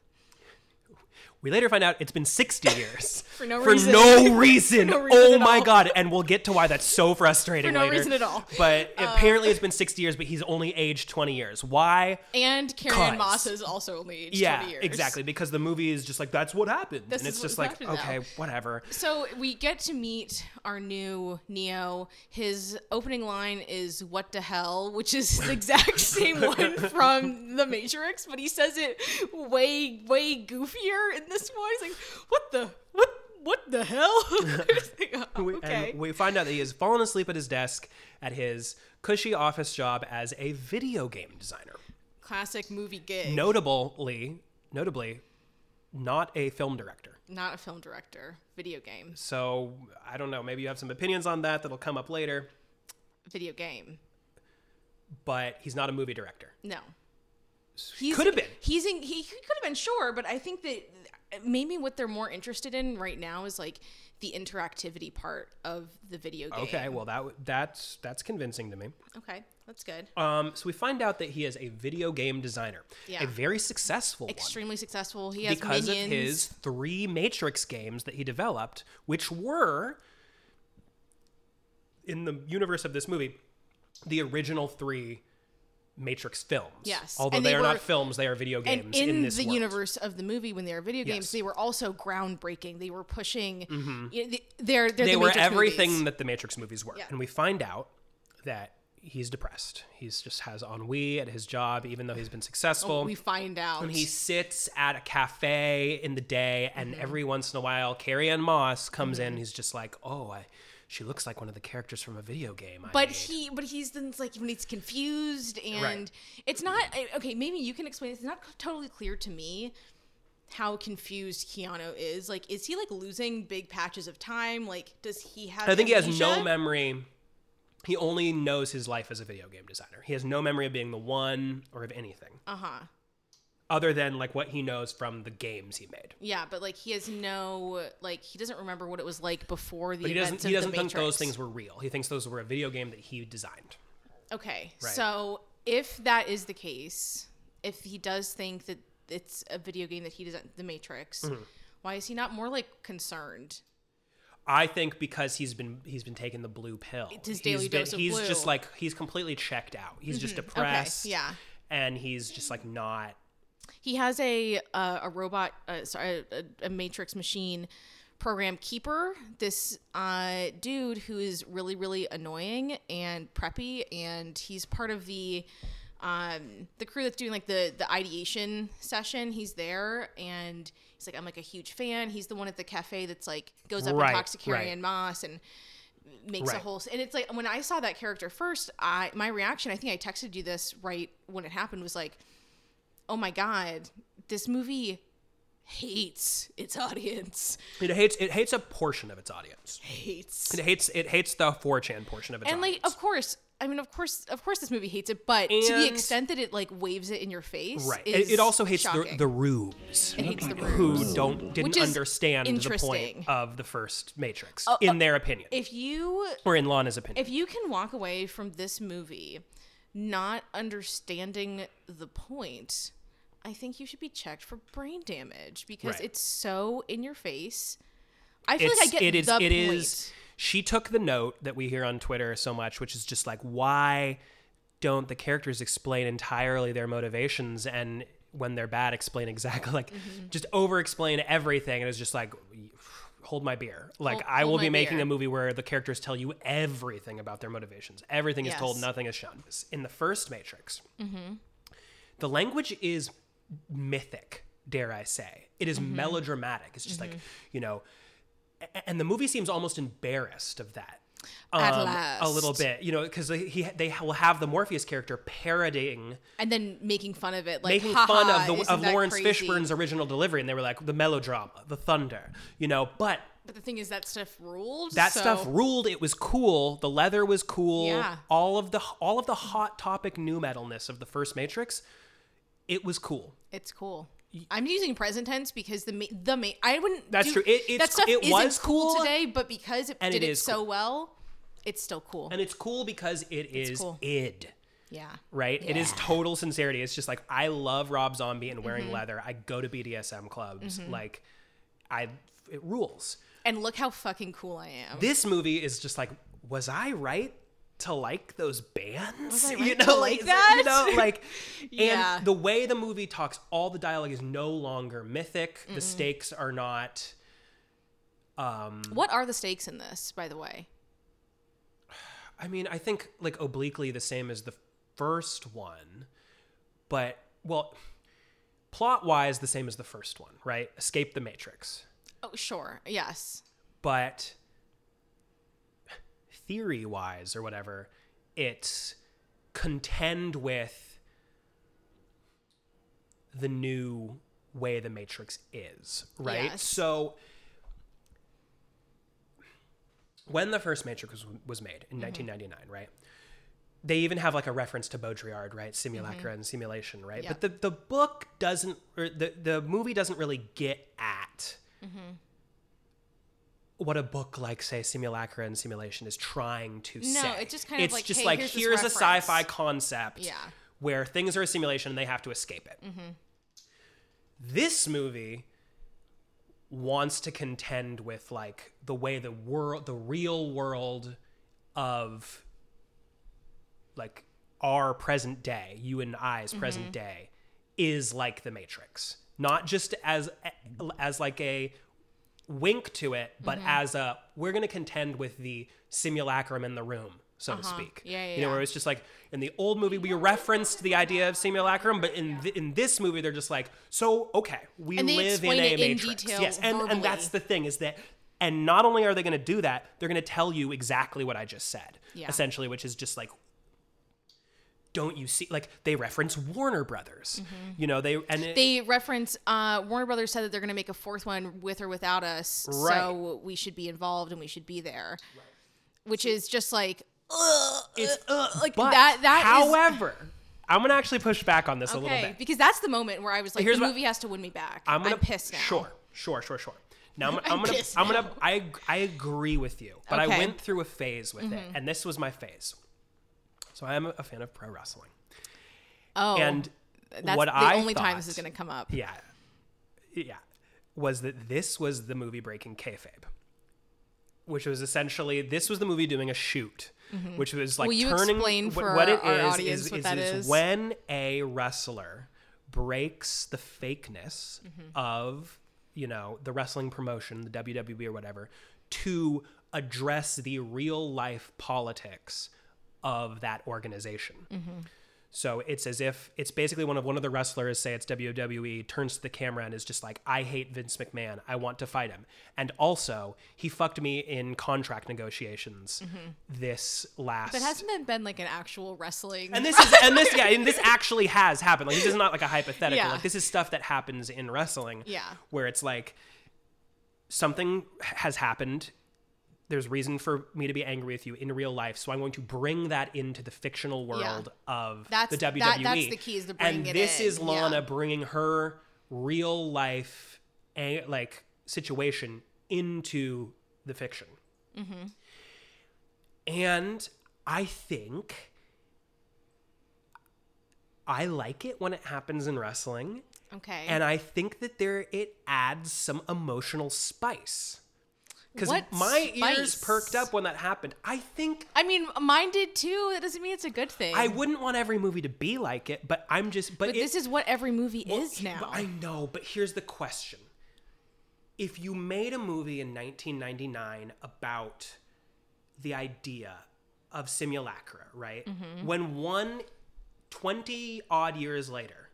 Speaker 1: We later find out it's been 60 years.
Speaker 2: For no
Speaker 1: For
Speaker 2: reason.
Speaker 1: no reason.
Speaker 2: no reason
Speaker 1: oh
Speaker 2: at
Speaker 1: my
Speaker 2: all.
Speaker 1: god. And we'll get to why that's so frustrating
Speaker 2: For no
Speaker 1: later.
Speaker 2: reason at all. Um,
Speaker 1: But apparently it's been 60 years, but he's only aged 20 years. Why?
Speaker 2: And Karen
Speaker 1: Cause.
Speaker 2: Moss is also only aged
Speaker 1: Yeah,
Speaker 2: 20 years.
Speaker 1: exactly. Because the movie is just like, that's what happened.
Speaker 2: This
Speaker 1: and
Speaker 2: is
Speaker 1: it's just
Speaker 2: what
Speaker 1: like,
Speaker 2: happened now.
Speaker 1: okay, whatever.
Speaker 2: So we get to meet our new Neo. His opening line is "What the hell," which is the exact same one from The Matrix, but he says it way, way goofier in this one. He's like, "What the what what the hell?" It's like, oh,
Speaker 1: We-
Speaker 2: okay.
Speaker 1: And we find out that he has fallen asleep at his desk at his cushy office job as a video game designer.
Speaker 2: Classic movie gig.
Speaker 1: Notably, notably, not a film director.
Speaker 2: Not a film director. Video game.
Speaker 1: So I don't know. Maybe you have some opinions on that that'll come up later.
Speaker 2: Video game.
Speaker 1: But he's not a movie director.
Speaker 2: No. He's,
Speaker 1: could have been.
Speaker 2: He's in, he, he could have been sure, but I think that uh, maybe what they're more interested in right now is like the interactivity part of the video game.
Speaker 1: Okay, well that w- that's that's convincing to me.
Speaker 2: Okay, that's good.
Speaker 1: Um, so we find out that he is a video game designer,
Speaker 2: Yeah.
Speaker 1: a very successful
Speaker 2: Extremely successful. He
Speaker 1: one,
Speaker 2: has
Speaker 1: because
Speaker 2: minions.
Speaker 1: of his three Matrix games that he developed, which were in the universe of this movie, the original three Matrix films.
Speaker 2: Yes,
Speaker 1: although
Speaker 2: and
Speaker 1: they,
Speaker 2: they
Speaker 1: are
Speaker 2: were-
Speaker 1: not films; they are video games
Speaker 2: and in,
Speaker 1: this
Speaker 2: the
Speaker 1: world.
Speaker 2: universe of the movie, when they were video games,
Speaker 1: Yes. Mm-hmm.
Speaker 2: they were also groundbreaking. They were pushing. You know, they, they're, they're
Speaker 1: they
Speaker 2: the
Speaker 1: were
Speaker 2: Matrix
Speaker 1: everything
Speaker 2: movies.
Speaker 1: that the Matrix movies were.
Speaker 2: Yeah.
Speaker 1: And we find out that he's depressed. He's just has ennui at his job, even though he's been successful.
Speaker 2: Oh, we find out.
Speaker 1: and he sits at a cafe in the day, and
Speaker 2: Mm-hmm.
Speaker 1: every once in a while, Carrie Ann Moss comes in. And he's just like, "Oh, I, she looks like one of the characters from a video game." I
Speaker 2: But
Speaker 1: made."
Speaker 2: he, but he's then it's like when he's confused and it's not I- okay. Maybe you can explain. It's not totally clear to me how confused Keanu is. Like, is he like losing big patches of time? Like, does he have?
Speaker 1: I think he has no
Speaker 2: amnesia?
Speaker 1: memory. He only knows his life as a video game designer. He has no memory of being the one or of anything
Speaker 2: Uh huh.
Speaker 1: other than like what he knows from the games he made.
Speaker 2: Yeah, but like he has no like he doesn't remember what it was like before the
Speaker 1: But he doesn't.
Speaker 2: events
Speaker 1: He
Speaker 2: of the
Speaker 1: doesn't think those
Speaker 2: Matrix.
Speaker 1: things were real. He thinks those were a video game that he designed.
Speaker 2: Okay.
Speaker 1: Right.
Speaker 2: So if that is the case, if he does think that it's a video game that he doesn't, The Matrix,
Speaker 1: Mm-hmm.
Speaker 2: why is he not more like concerned?
Speaker 1: I think because he's been he's been taking the blue pill. It's
Speaker 2: his daily dose of
Speaker 1: He's
Speaker 2: blue. Mm-hmm.
Speaker 1: just like he's completely checked out. He's just depressed.
Speaker 2: yeah.
Speaker 1: And he's just like not.
Speaker 2: He has a uh, a robot, uh, sorry, a, a, a Matrix machine program keeper. This uh, dude who is really really annoying and preppy, and he's part of the um, the crew that's doing like the the ideation session. He's there, and he's like, I'm like a huge fan. He's the one at the cafe that's like goes up
Speaker 1: Right,
Speaker 2: and talks to Carrie
Speaker 1: right.
Speaker 2: Ann Moss and makes a
Speaker 1: Right.
Speaker 2: whole and it's like when i saw that character first i my reaction i think i texted you this right when it happened was like oh my god this movie hates its audience
Speaker 1: It hates it hates a portion of its audience.
Speaker 2: hates
Speaker 1: It hates it hates the 4chan portion of its
Speaker 2: and like
Speaker 1: audience.
Speaker 2: of course i mean of course of course this movie hates it but to the
Speaker 1: And-
Speaker 2: extent that it like waves it in your face
Speaker 1: right.
Speaker 2: is
Speaker 1: It, it also hates the,
Speaker 2: shocking.
Speaker 1: the rubes.
Speaker 2: It hates the
Speaker 1: Who
Speaker 2: rooms.
Speaker 1: don't didn't
Speaker 2: is
Speaker 1: understand the
Speaker 2: interesting. Uh,
Speaker 1: point of the first Matrix, in their opinion,
Speaker 2: if you
Speaker 1: or in Lana's opinion.
Speaker 2: if you can walk away from this movie not understanding the point I think you should be checked for brain damage because
Speaker 1: Right.
Speaker 2: it's so in your face. I feel
Speaker 1: It's,
Speaker 2: like I get
Speaker 1: it is
Speaker 2: the
Speaker 1: it
Speaker 2: point.
Speaker 1: is- She took the note that we hear on Twitter so much, which is just like, why don't the characters explain entirely their motivations and when they're bad, explain exactly like
Speaker 2: Mm-hmm.
Speaker 1: just over explain everything? And it's just like, hold my beer. Like
Speaker 2: Hold-
Speaker 1: I
Speaker 2: hold
Speaker 1: will be
Speaker 2: my
Speaker 1: making
Speaker 2: beer.
Speaker 1: a movie where the characters tell you everything about their motivations. Everything is told,
Speaker 2: Yes. Mm-hmm.
Speaker 1: nothing is shown. In the first Matrix, the language is mythic dare i say it is
Speaker 2: Mm-hmm.
Speaker 1: melodramatic it's just like you know a- and the movie seems almost embarrassed of that Um,
Speaker 2: At
Speaker 1: a little
Speaker 2: last.
Speaker 1: bit you know because they, he- they will have the morpheus character parodying
Speaker 2: and then making fun of it, like
Speaker 1: making
Speaker 2: "Ha
Speaker 1: fun
Speaker 2: ha,
Speaker 1: of the
Speaker 2: isn't
Speaker 1: of
Speaker 2: that
Speaker 1: lawrence
Speaker 2: crazy?"
Speaker 1: fishburne's original delivery and they were like the melodrama the thunder you know but
Speaker 2: But the thing is, that stuff ruled.
Speaker 1: that
Speaker 2: so-
Speaker 1: stuff ruled it was cool the leather was cool
Speaker 2: Yeah.
Speaker 1: all of the all of the hot topic new metalness of the first matrix it was cool
Speaker 2: It's cool. I'm using present tense because the ma- the ma- I wouldn't.
Speaker 1: That's
Speaker 2: do-
Speaker 1: true. It- it's-
Speaker 2: that stuff
Speaker 1: it
Speaker 2: isn't
Speaker 1: was cool,
Speaker 2: today, but because it
Speaker 1: and
Speaker 2: did
Speaker 1: it
Speaker 2: it,
Speaker 1: is
Speaker 2: so
Speaker 1: cool.
Speaker 2: well, it's still cool.
Speaker 1: and it's cool because it is
Speaker 2: cool.
Speaker 1: id
Speaker 2: yeah. Mm-hmm.
Speaker 1: right it is total sincerity it's just like i love rob zombie and wearing leather i go to bdsm clubs like i it rules
Speaker 2: And look how fucking cool I am.
Speaker 1: this movie is just like was i right to like those bands
Speaker 2: I right to like
Speaker 1: is
Speaker 2: that?
Speaker 1: you know like
Speaker 2: Yeah.
Speaker 1: and the way the movie talks all the dialogue is no longer mythic the stakes are not
Speaker 2: what are the stakes in this, by the way?
Speaker 1: I mean, I think like obliquely the same as the first one, but well, plot wise, the same as the first one, right? Escape the Matrix.
Speaker 2: Oh, sure. Yes.
Speaker 1: But theory wise or whatever, it's contend with the new way the Matrix is, right?
Speaker 2: Yes.
Speaker 1: So when the first Matrix was, was made in 1999, right? They even have like a reference to Baudrillard, right? Simulacra
Speaker 2: Mm-hmm.
Speaker 1: and simulation, right?
Speaker 2: Yep.
Speaker 1: But the, the book doesn't, or the, the movie doesn't really get at
Speaker 2: Mm-hmm.
Speaker 1: what a book like, say, Simulacra and Simulation is trying to
Speaker 2: No,
Speaker 1: say.
Speaker 2: it's just kind of
Speaker 1: It's
Speaker 2: like,
Speaker 1: just
Speaker 2: hey,
Speaker 1: like
Speaker 2: here's this
Speaker 1: here's a
Speaker 2: reference.
Speaker 1: sci-fi concept
Speaker 2: Yeah. Mm-hmm.
Speaker 1: where things are a simulation and they have to escape it. This movie wants to contend with like the way the world, the real world of like our present day, you and I's
Speaker 2: Mm-hmm.
Speaker 1: present day, is like the Matrix. Not just as as like a wink to it, but
Speaker 2: Mm-hmm.
Speaker 1: as a we're going to contend with the simulacrum in the room, so to speak.
Speaker 2: Uh-huh. Yeah, yeah,
Speaker 1: You know, where
Speaker 2: yeah.
Speaker 1: it's just like in the old movie we referenced the idea of simulacrum, but in th- in this movie they're just like, so okay, we
Speaker 2: And they
Speaker 1: live in
Speaker 2: explain
Speaker 1: a
Speaker 2: it in
Speaker 1: matrix.
Speaker 2: detail
Speaker 1: yes, and and that's the
Speaker 2: verbally.
Speaker 1: thing is that. And not only are they going to do that, they're going to tell you exactly what I just said,
Speaker 2: Yeah.
Speaker 1: essentially, which is just like don't you see like they reference warner brothers you know they and it,
Speaker 2: Mm-hmm. They reference uh, Warner Brothers said that they're going to make a fourth one with or without us,
Speaker 1: Right.
Speaker 2: so we should be involved and we should be there, which is just like ugh,
Speaker 1: it's uh,
Speaker 2: like
Speaker 1: but
Speaker 2: that. That is-
Speaker 1: however i'm gonna actually push back on this a little
Speaker 2: okay,
Speaker 1: bit
Speaker 2: because that's the moment where I was like,
Speaker 1: Here's
Speaker 2: the
Speaker 1: what-
Speaker 2: movie has to win me back.
Speaker 1: i'm gonna
Speaker 2: pissed now.
Speaker 1: sure sure sure sure now i'm, I'm
Speaker 2: I'm
Speaker 1: gonna
Speaker 2: pissed
Speaker 1: i'm gonna I, I agree with you but i
Speaker 2: Okay. Mm-hmm.
Speaker 1: went through a phase with it and this was my phase so i am a fan of pro wrestling
Speaker 2: Oh,
Speaker 1: and
Speaker 2: that's
Speaker 1: what
Speaker 2: the
Speaker 1: I
Speaker 2: only time this
Speaker 1: thought-
Speaker 2: is going to come up.
Speaker 1: yeah yeah was that this was the movie breaking kayfabe which was essentially this was the movie doing a shoot which was like
Speaker 2: Mm-hmm. Will you
Speaker 1: turning
Speaker 2: explain
Speaker 1: wh-
Speaker 2: for
Speaker 1: what it is
Speaker 2: our audience
Speaker 1: is,
Speaker 2: what that is?
Speaker 1: when a wrestler breaks the fakeness
Speaker 2: Mm-hmm.
Speaker 1: of you know the wrestling promotion the WWE or whatever to address the real life politics of that organization so it's as if it's basically one of one of the wrestlers say it's WWE turns to the camera and is just like I hate Vince McMahon. I want to fight him. And also, he fucked me in contract negotiations this last
Speaker 2: Mm-hmm. But hasn't it been like an actual wrestling?
Speaker 1: and this is and this yeah, and this actually has happened. Like this is not like a hypothetical.
Speaker 2: Yeah.
Speaker 1: Like this is stuff that happens in wrestling.
Speaker 2: Yeah.
Speaker 1: Where it's like something has happened. There's reason for me to be angry with you in real life, so I'm going to bring that into the fictional world of
Speaker 2: That's-
Speaker 1: the
Speaker 2: that-
Speaker 1: WWE.
Speaker 2: that's the key is to
Speaker 1: and
Speaker 2: bring it
Speaker 1: this is
Speaker 2: in,
Speaker 1: Lana
Speaker 2: yeah.
Speaker 1: bringing her real life ang- like situation into the fiction.
Speaker 2: Mm-hmm.
Speaker 1: And I think I like it when it happens in wrestling.
Speaker 2: Okay.
Speaker 1: and uh, I think that there it adds some emotional spice. Because
Speaker 2: What
Speaker 1: my ears
Speaker 2: spice?
Speaker 1: perked up when that happened. I think
Speaker 2: I mean, mine did too. That doesn't mean it's a good thing.
Speaker 1: I wouldn't want every movie to be like it, but I'm just but,
Speaker 2: but
Speaker 1: it-
Speaker 2: this is what every movie
Speaker 1: well,
Speaker 2: is
Speaker 1: he-
Speaker 2: now.
Speaker 1: but I know, but here's the question: If you made a movie in 1999 about the idea of simulacra, right?
Speaker 2: Mm-hmm.
Speaker 1: When one 20 odd years later,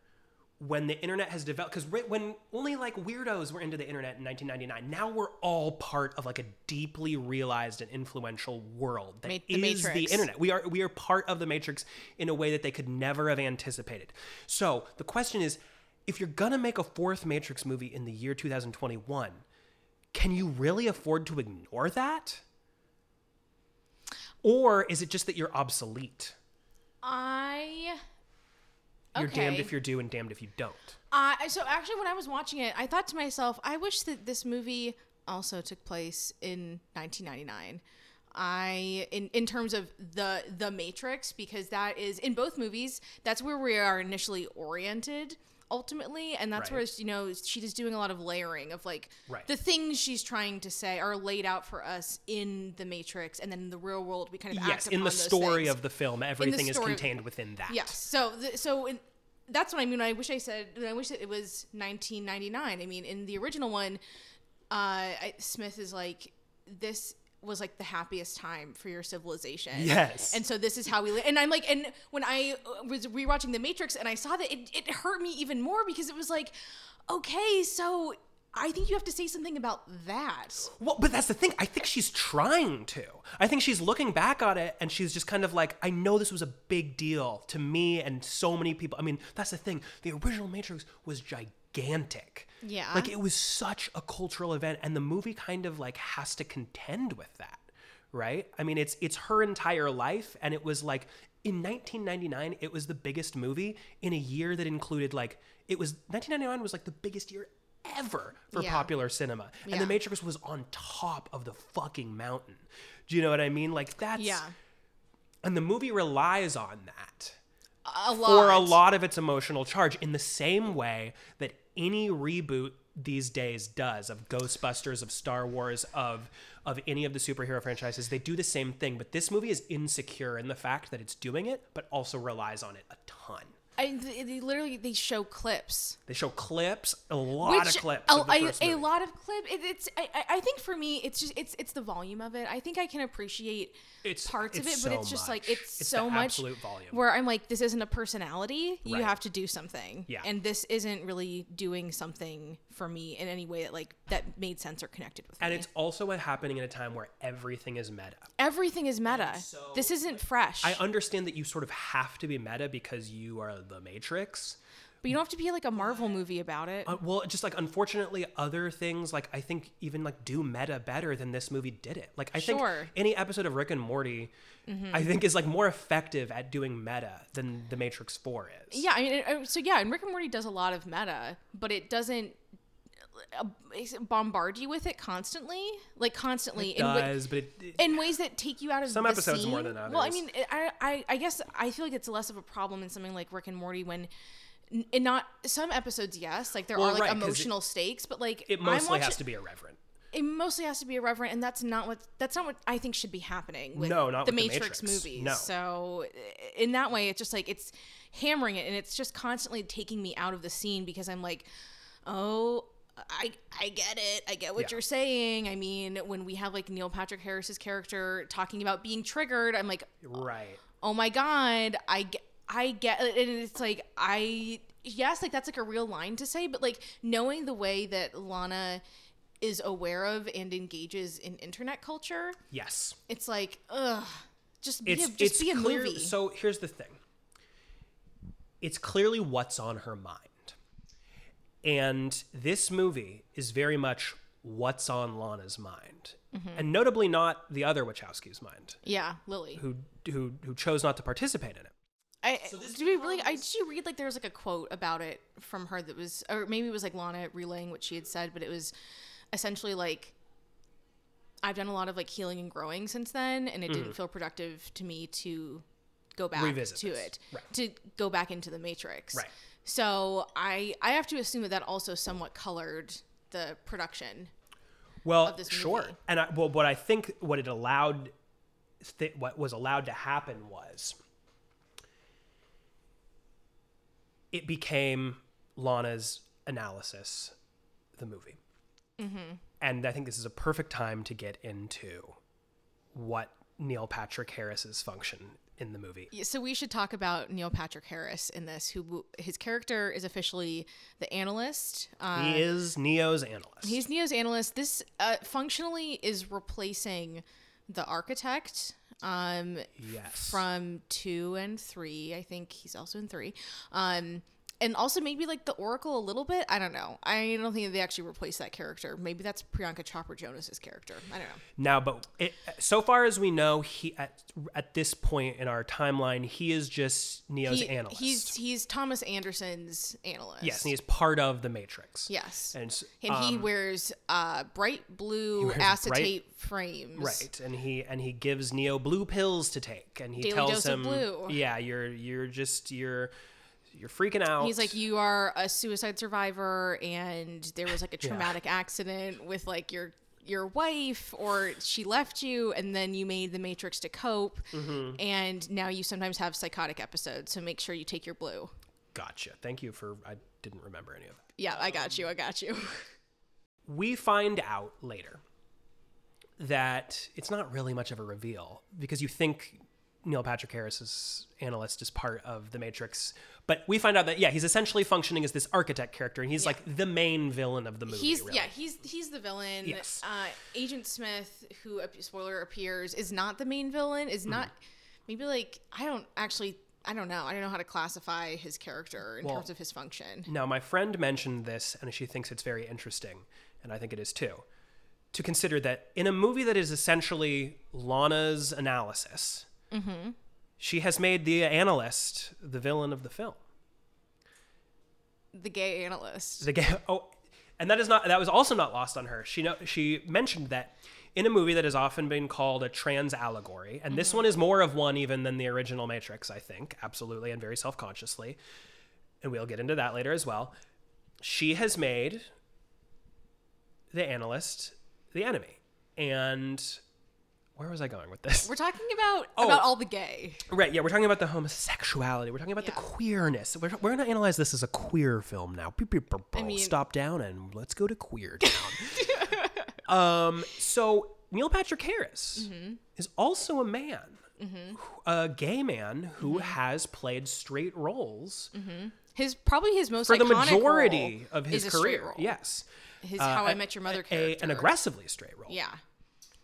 Speaker 1: when the internet has developed, because when only like weirdos were into the internet in 1999, now we're all part of like a deeply realized and influential world that
Speaker 2: Ma-
Speaker 1: is
Speaker 2: the Matrix.
Speaker 1: the internet. We are we are part of the matrix in a way that they could never have anticipated. So the question is, if you're gonna make a fourth Matrix movie in the year 2021, can you really afford to ignore that? Or is it just that you're obsolete?
Speaker 2: I.
Speaker 1: You're damned
Speaker 2: Okay.
Speaker 1: if you're do and damned if you don't.
Speaker 2: Uh, so actually, when I was watching it, I thought to myself, I wish that this movie also took place in 1999. I in in terms of the the Matrix because that is in both movies that's where we are initially oriented ultimately and that's
Speaker 1: Right.
Speaker 2: where you know she is doing a lot of layering of like
Speaker 1: Right.
Speaker 2: the things she's trying to say are laid out for us in the Matrix and then in the real world we kind of
Speaker 1: Yes,
Speaker 2: act
Speaker 1: in the
Speaker 2: upon those
Speaker 1: story
Speaker 2: things.
Speaker 1: of the film, everything is
Speaker 2: story-
Speaker 1: contained within that.
Speaker 2: Yes. So th- so in, that's what I mean. I wish I said. I wish that it was 1999. I mean, in the original one, uh, I, Smith is like this was like the happiest time for your civilization.
Speaker 1: Yes.
Speaker 2: And so this is how we live. And I'm like, and when I uh, was rewatching The Matrix and I saw that, it, it hurt me even more because it was like, okay, so I think you have to say something about that.
Speaker 1: Well, but that's the thing. I think she's trying to. I think she's looking back on it and she's just kind of like, I know this was a big deal to me and so many people. I mean, that's the thing. The original Matrix was gigantic.
Speaker 2: Yeah.
Speaker 1: Like it was such a cultural event and the movie kind of like has to contend with that, right? I mean, it's it's her entire life and it was like in 1999 it was the biggest movie in a year that included like it was 1999 was like the biggest year ever for
Speaker 2: Yeah.
Speaker 1: popular cinema. And
Speaker 2: Yeah.
Speaker 1: the Matrix was on top of the fucking mountain. Do you know what I mean? Like that's
Speaker 2: Yeah.
Speaker 1: and the movie relies on that
Speaker 2: A lot.
Speaker 1: for a lot of its emotional charge in the same way that any reboot these days does of Ghostbusters, of Star Wars, of of any of the superhero franchises, they do the same thing. But this movie is insecure in the fact that it's doing it, but also relies on it a ton.
Speaker 2: I, they, they literally they show clips
Speaker 1: They show clips, a lot of clips.
Speaker 2: A,
Speaker 1: of the
Speaker 2: a-
Speaker 1: first
Speaker 2: oh, a
Speaker 1: movie.
Speaker 2: lot of clip. It, it's. I, I- I think for me, it's just it's it's the volume of it. I think I can appreciate
Speaker 1: It's-
Speaker 2: parts of it,
Speaker 1: it's
Speaker 2: but
Speaker 1: so
Speaker 2: it's just like
Speaker 1: much.
Speaker 2: it's,
Speaker 1: It's
Speaker 2: so
Speaker 1: the
Speaker 2: much
Speaker 1: absolute volume.
Speaker 2: Where I'm like, this isn't a personality. You
Speaker 1: Right.
Speaker 2: have to do something.
Speaker 1: Yeah.
Speaker 2: And this isn't really doing something for me in any way that like that made sense or connected with
Speaker 1: and
Speaker 2: me.
Speaker 1: it's also happening at a time where everything is meta.
Speaker 2: everything is meta.
Speaker 1: so-
Speaker 2: this isn't fresh.
Speaker 1: I understand that you sort of have to be meta because you are the Matrix.
Speaker 2: but you don't have to be like a Marvel movie about it.
Speaker 1: Uh, well, just like unfortunately, other things like I think even like do meta better than this movie did it. Like I
Speaker 2: Sure. Mm-hmm.
Speaker 1: think any episode of Rick and Morty, I think is like more effective at doing meta than the Matrix Four is.
Speaker 2: Yeah, I mean, it- uh, so yeah, and Rick and Morty does a lot of meta, but it doesn't uh, bombard you with it constantly, like constantly
Speaker 1: it
Speaker 2: in, wa-
Speaker 1: does, but it, it-
Speaker 2: in ways that take you out of
Speaker 1: Some
Speaker 2: the
Speaker 1: episodes
Speaker 2: scene.
Speaker 1: more than
Speaker 2: Well, I
Speaker 1: others.
Speaker 2: mean, it- I, I I guess I feel like it's less of a problem in something like Rick and Morty when. n- And not some episodes, yes, like there
Speaker 1: Well,
Speaker 2: are like
Speaker 1: right, 'cause it-
Speaker 2: emotional stakes, but like
Speaker 1: it
Speaker 2: I'm
Speaker 1: mostly
Speaker 2: watching,
Speaker 1: has to be irreverent.
Speaker 2: It mostly has to be irreverent, and that's not what that's not what I think should be happening with
Speaker 1: No, not
Speaker 2: the,
Speaker 1: with the
Speaker 2: Matrix
Speaker 1: Matrix.
Speaker 2: movies.
Speaker 1: No.
Speaker 2: So in that way, it's just like it's hammering it, and it's just constantly taking me out of the scene because I'm like, oh. I, I get it. I get what
Speaker 1: Yeah.
Speaker 2: you're saying. I mean, when we have like Neil Patrick Harris's character talking about being triggered, I'm like,
Speaker 1: Right.
Speaker 2: oh my god i get i get it and it's like i yes like that's like a real line to say but like knowing the way that lana is aware of and engages in internet culture
Speaker 1: Yes.
Speaker 2: it's like ugh just be
Speaker 1: It's
Speaker 2: a, just
Speaker 1: it's
Speaker 2: be a
Speaker 1: clear-
Speaker 2: movie
Speaker 1: So here's the thing. It's clearly what's on her mind. And this movie is very much what's on Lana's mind.
Speaker 2: Mm-hmm.
Speaker 1: And notably not the other Wachowski's mind,
Speaker 2: yeah lily
Speaker 1: who who who chose not to participate in it.
Speaker 2: i did we really i did you read like there was like a quote about it from her that was or maybe it was like lana relaying what she had said but it was essentially like i've done a lot of like healing and growing since then and it didn't feel productive to me to go back
Speaker 1: Mm-hmm. Revisit
Speaker 2: to
Speaker 1: this.
Speaker 2: it
Speaker 1: Right.
Speaker 2: to go back into the matrix
Speaker 1: Right.
Speaker 2: So I I have to assume that that also somewhat colored the production.
Speaker 1: well
Speaker 2: this
Speaker 1: sure
Speaker 2: movie.
Speaker 1: and I, well what i think what it allowed th- what was allowed to happen was it became lana's analysis of the movie
Speaker 2: Mm-hmm.
Speaker 1: and i think this is a perfect time to get into what neil patrick harris's function in the movie
Speaker 2: Yeah, So we should talk about Neil Patrick Harris in this. Who his character is officially the analyst. Um,
Speaker 1: he is neo's analyst
Speaker 2: He's Neo's analyst. This uh, functionally is replacing the architect um,
Speaker 1: yes
Speaker 2: from two and three. I think he's also in three. Um, and also maybe like the Oracle a little bit. I don't know. I don't think they actually replaced that character. Maybe that's Priyanka Chopper Jonas's character. I don't know.
Speaker 1: Now, but it, so far as we know, he at, at this point in our timeline, he is just Neo's
Speaker 2: He-
Speaker 1: analyst.
Speaker 2: He's he's Thomas Anderson's analyst.
Speaker 1: yes, and he is part of the Matrix.
Speaker 2: Yes.
Speaker 1: and s-
Speaker 2: And he
Speaker 1: um,
Speaker 2: wears uh, bright blue
Speaker 1: wears bright-
Speaker 2: acetate frames.
Speaker 1: right, and he and he gives Neo blue pills to take, and he
Speaker 2: Daily
Speaker 1: tells
Speaker 2: dose of
Speaker 1: him,
Speaker 2: blue.
Speaker 1: "Yeah, you're you're just you're you're freaking out."
Speaker 2: He's like, you are a suicide survivor, and there was like a traumatic accident with like your your wife, or she left you, and then you made the Matrix to cope,
Speaker 1: Mm-hmm.
Speaker 2: and now you sometimes have psychotic episodes. So make sure you take your blue.
Speaker 1: "Gotcha." Thank you for I didn't remember any of that.
Speaker 2: Yeah, I got you. I got you.
Speaker 1: We find out later that it's not really much of a reveal because you think Neil Patrick Harris's analyst is part of the Matrix, but we find out that yeah, he's essentially functioning as this architect character, and he's like the main villain of the movie.
Speaker 2: He's
Speaker 1: really.
Speaker 2: yeah, he's he's the villain.
Speaker 1: Yes.
Speaker 2: Uh, Agent Smith, who ap- spoiler appears, is not the main villain. Is not
Speaker 1: Mm-hmm.
Speaker 2: maybe like I don't actually. I don't know. I don't know how to classify his character in
Speaker 1: Well-
Speaker 2: terms of his function.
Speaker 1: Now, my friend mentioned this, and she thinks it's very interesting, and I think it is too, to consider that in a movie that is essentially Lana's analysis,
Speaker 2: Mm-hmm.
Speaker 1: she has made the analyst the villain of the film.
Speaker 2: The gay analyst.
Speaker 1: the game. Oh, and that is not that was also not lost on her. She know she mentioned that in a movie that has often been called a trans allegory, and this one is more of one even than the original Matrix, I think, absolutely, and very self consciously. And we'll get into that later as well. She has made the analyst the enemy, and where was I going with this?
Speaker 2: We're talking about
Speaker 1: Oh.
Speaker 2: about all the gay.
Speaker 1: Right, yeah, we're talking about the homosexuality. We're talking about the
Speaker 2: Yeah.
Speaker 1: queerness. We're, we're going to analyze this as a queer film now. Beep, beep, boop, boop.
Speaker 2: mean-
Speaker 1: Stop down and let's go to queer town. um, so, Neil Patrick Harris
Speaker 2: Mm-hmm.
Speaker 1: is also a man, who- a gay man
Speaker 2: Mm-hmm.
Speaker 1: who has played straight roles
Speaker 2: His probably his most
Speaker 1: for the
Speaker 2: Mm-hmm. iconic
Speaker 1: majority
Speaker 2: role
Speaker 1: of his
Speaker 2: is a straight
Speaker 1: career.
Speaker 2: role.
Speaker 1: Yes.
Speaker 2: his
Speaker 1: Uh,
Speaker 2: How I
Speaker 1: a-
Speaker 2: Met Your Mother
Speaker 1: a-
Speaker 2: character.
Speaker 1: an aggressively straight role.
Speaker 2: Yeah,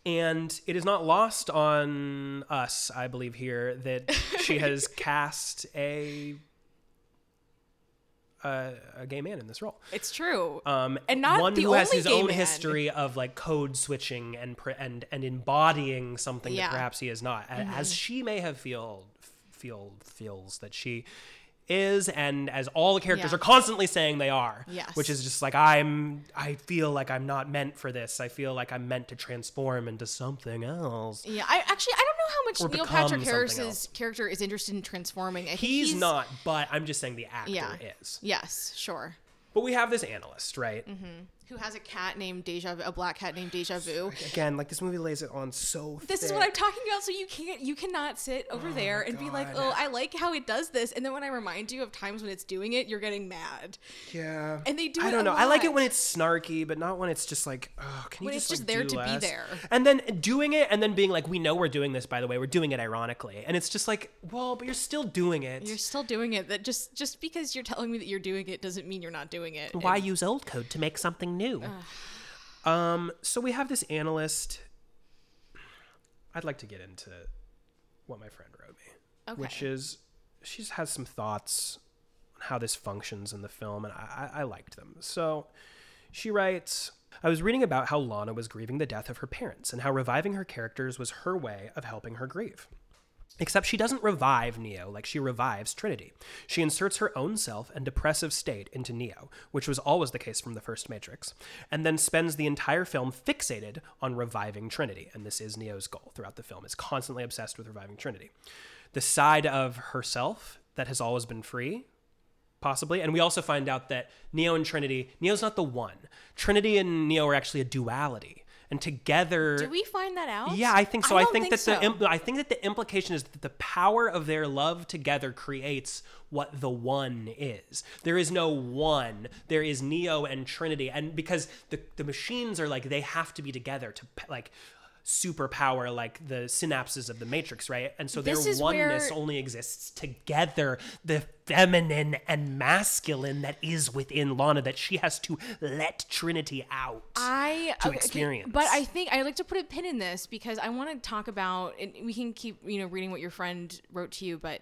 Speaker 1: And it is not lost on us, I believe, here that she has cast a, a a gay man in this role.
Speaker 2: it's true.
Speaker 1: Um,
Speaker 2: And not
Speaker 1: one
Speaker 2: the
Speaker 1: who has
Speaker 2: only
Speaker 1: his
Speaker 2: gay
Speaker 1: own
Speaker 2: man.
Speaker 1: history of like code switching and pre- and and embodying something
Speaker 2: Yeah. Mm-hmm.
Speaker 1: that perhaps he is not, a- as she may have feel feel feels that she is, and as all the characters
Speaker 2: Yeah.
Speaker 1: are constantly saying they are,
Speaker 2: Yes.
Speaker 1: which is just like I'm. I feel like I'm not meant for this. I feel like I'm meant to transform into something else.
Speaker 2: yeah, I actually I don't know how
Speaker 1: or
Speaker 2: much Neil
Speaker 1: become
Speaker 2: Patrick
Speaker 1: something
Speaker 2: Harris's
Speaker 1: else.
Speaker 2: character is interested in transforming. I think
Speaker 1: He's, not, but I'm just saying the actor
Speaker 2: Yeah.
Speaker 1: is.
Speaker 2: Yes, sure.
Speaker 1: But we have this analyst, right?
Speaker 2: Mm-hmm. Who has a cat named Deja Vu? A black cat named Deja Vu.
Speaker 1: Again, like this movie lays it on so.
Speaker 2: This is
Speaker 1: thick.
Speaker 2: what I'm talking about. So you can't, you cannot sit over there and be like,
Speaker 1: God.
Speaker 2: "Oh, I like how it does this," and then when I remind you of times when it's doing it, you're getting mad.
Speaker 1: Yeah.
Speaker 2: And they do
Speaker 1: I
Speaker 2: it
Speaker 1: don't
Speaker 2: a
Speaker 1: know. I like it
Speaker 2: lot.
Speaker 1: when it's snarky, but not when it's just like, oh, can you
Speaker 2: When
Speaker 1: just
Speaker 2: it's just
Speaker 1: like,
Speaker 2: there
Speaker 1: do
Speaker 2: to be
Speaker 1: less?"
Speaker 2: there.
Speaker 1: And then doing it, and then being like, we know we're doing this. By the way, we're doing it ironically, and it's just like, well, but you're still doing it.
Speaker 2: You're still doing it. That just just because you're telling me that you're doing it doesn't mean you're not doing it.
Speaker 1: Why
Speaker 2: And-
Speaker 1: use old code to make something new? um, so we have this analyst. I'd like to get into what my friend wrote me,
Speaker 2: Okay.
Speaker 1: which is she has some thoughts on how this functions in the film, and I, I, I liked them. So she writes. I was reading about how Lana was grieving the death of her parents and how reviving her characters was her way of helping her grieve. Except she doesn't revive Neo like she revives Trinity. She inserts her own self and depressive state into Neo, which was always the case from the first Matrix, and then spends the entire film fixated on reviving Trinity. And this is Neo's goal throughout the film, is constantly obsessed with reviving Trinity. The side of herself that has always been free possibly. And we also find out that Neo and Trinity, Neo's not the one. Trinity and Neo are actually a duality. And together
Speaker 2: Do we find that out?
Speaker 1: yeah, I think so. I,
Speaker 2: don't
Speaker 1: think, that the
Speaker 2: so.
Speaker 1: im- I think that the implication is that the power of their love together creates what the one is. There is no one. There is Neo and Trinity, and because the the machines are like they have to be together to p- like superpower like the synapses of the matrix right and so their
Speaker 2: This is
Speaker 1: oneness
Speaker 2: where-
Speaker 1: only exists together the feminine and masculine that is within lana that she has to let trinity out
Speaker 2: I
Speaker 1: to
Speaker 2: okay, okay,
Speaker 1: experience.
Speaker 2: but I think I like to put a pin in this because I want to talk about, and we can keep you know reading what your friend wrote to you, but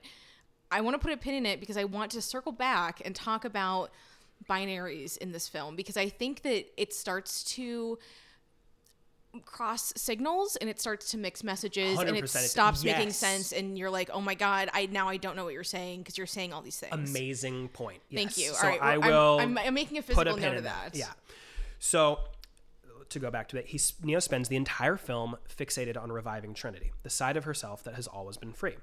Speaker 2: I want to put a pin in it because I want to circle back and talk about binaries in this film because I think that it starts to cross signals and it starts to mix messages and
Speaker 1: 100%
Speaker 2: it
Speaker 1: it's-
Speaker 2: stops making
Speaker 1: yes.
Speaker 2: sense and you're like oh my god I now I don't know what you're saying because you're saying all these things
Speaker 1: amazing point.
Speaker 2: thank
Speaker 1: Yes.
Speaker 2: you
Speaker 1: So
Speaker 2: all right
Speaker 1: I
Speaker 2: well, I'm-
Speaker 1: will
Speaker 2: I'm, I'm making a physical
Speaker 1: put a pin
Speaker 2: note
Speaker 1: in
Speaker 2: of that,
Speaker 1: Yeah. So to go back to it, he s- Neo spends the entire film fixated on reviving Trinity, the side of herself that has always been free.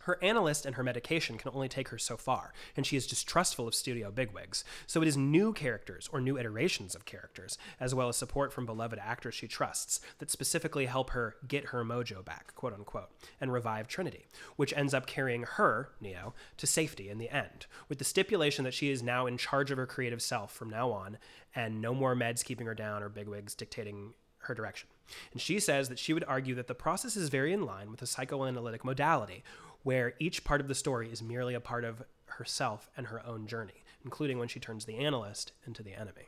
Speaker 1: Her analyst and her medication can only take her so far, and she is distrustful of studio bigwigs. So it is new characters or new iterations of characters, as well as support from beloved actors she trusts, that specifically help her get her mojo back, quote unquote, and revive Trinity, which ends up carrying her, Neo, to safety in the end, with the stipulation that she is now in charge of her creative self from now on, and no more meds keeping her down or bigwigs dictating her direction. And she says that she would argue that the process is very in line with the psychoanalytic modality, where each part of the story is merely a part of herself and her own journey, including when she turns the analyst into the enemy.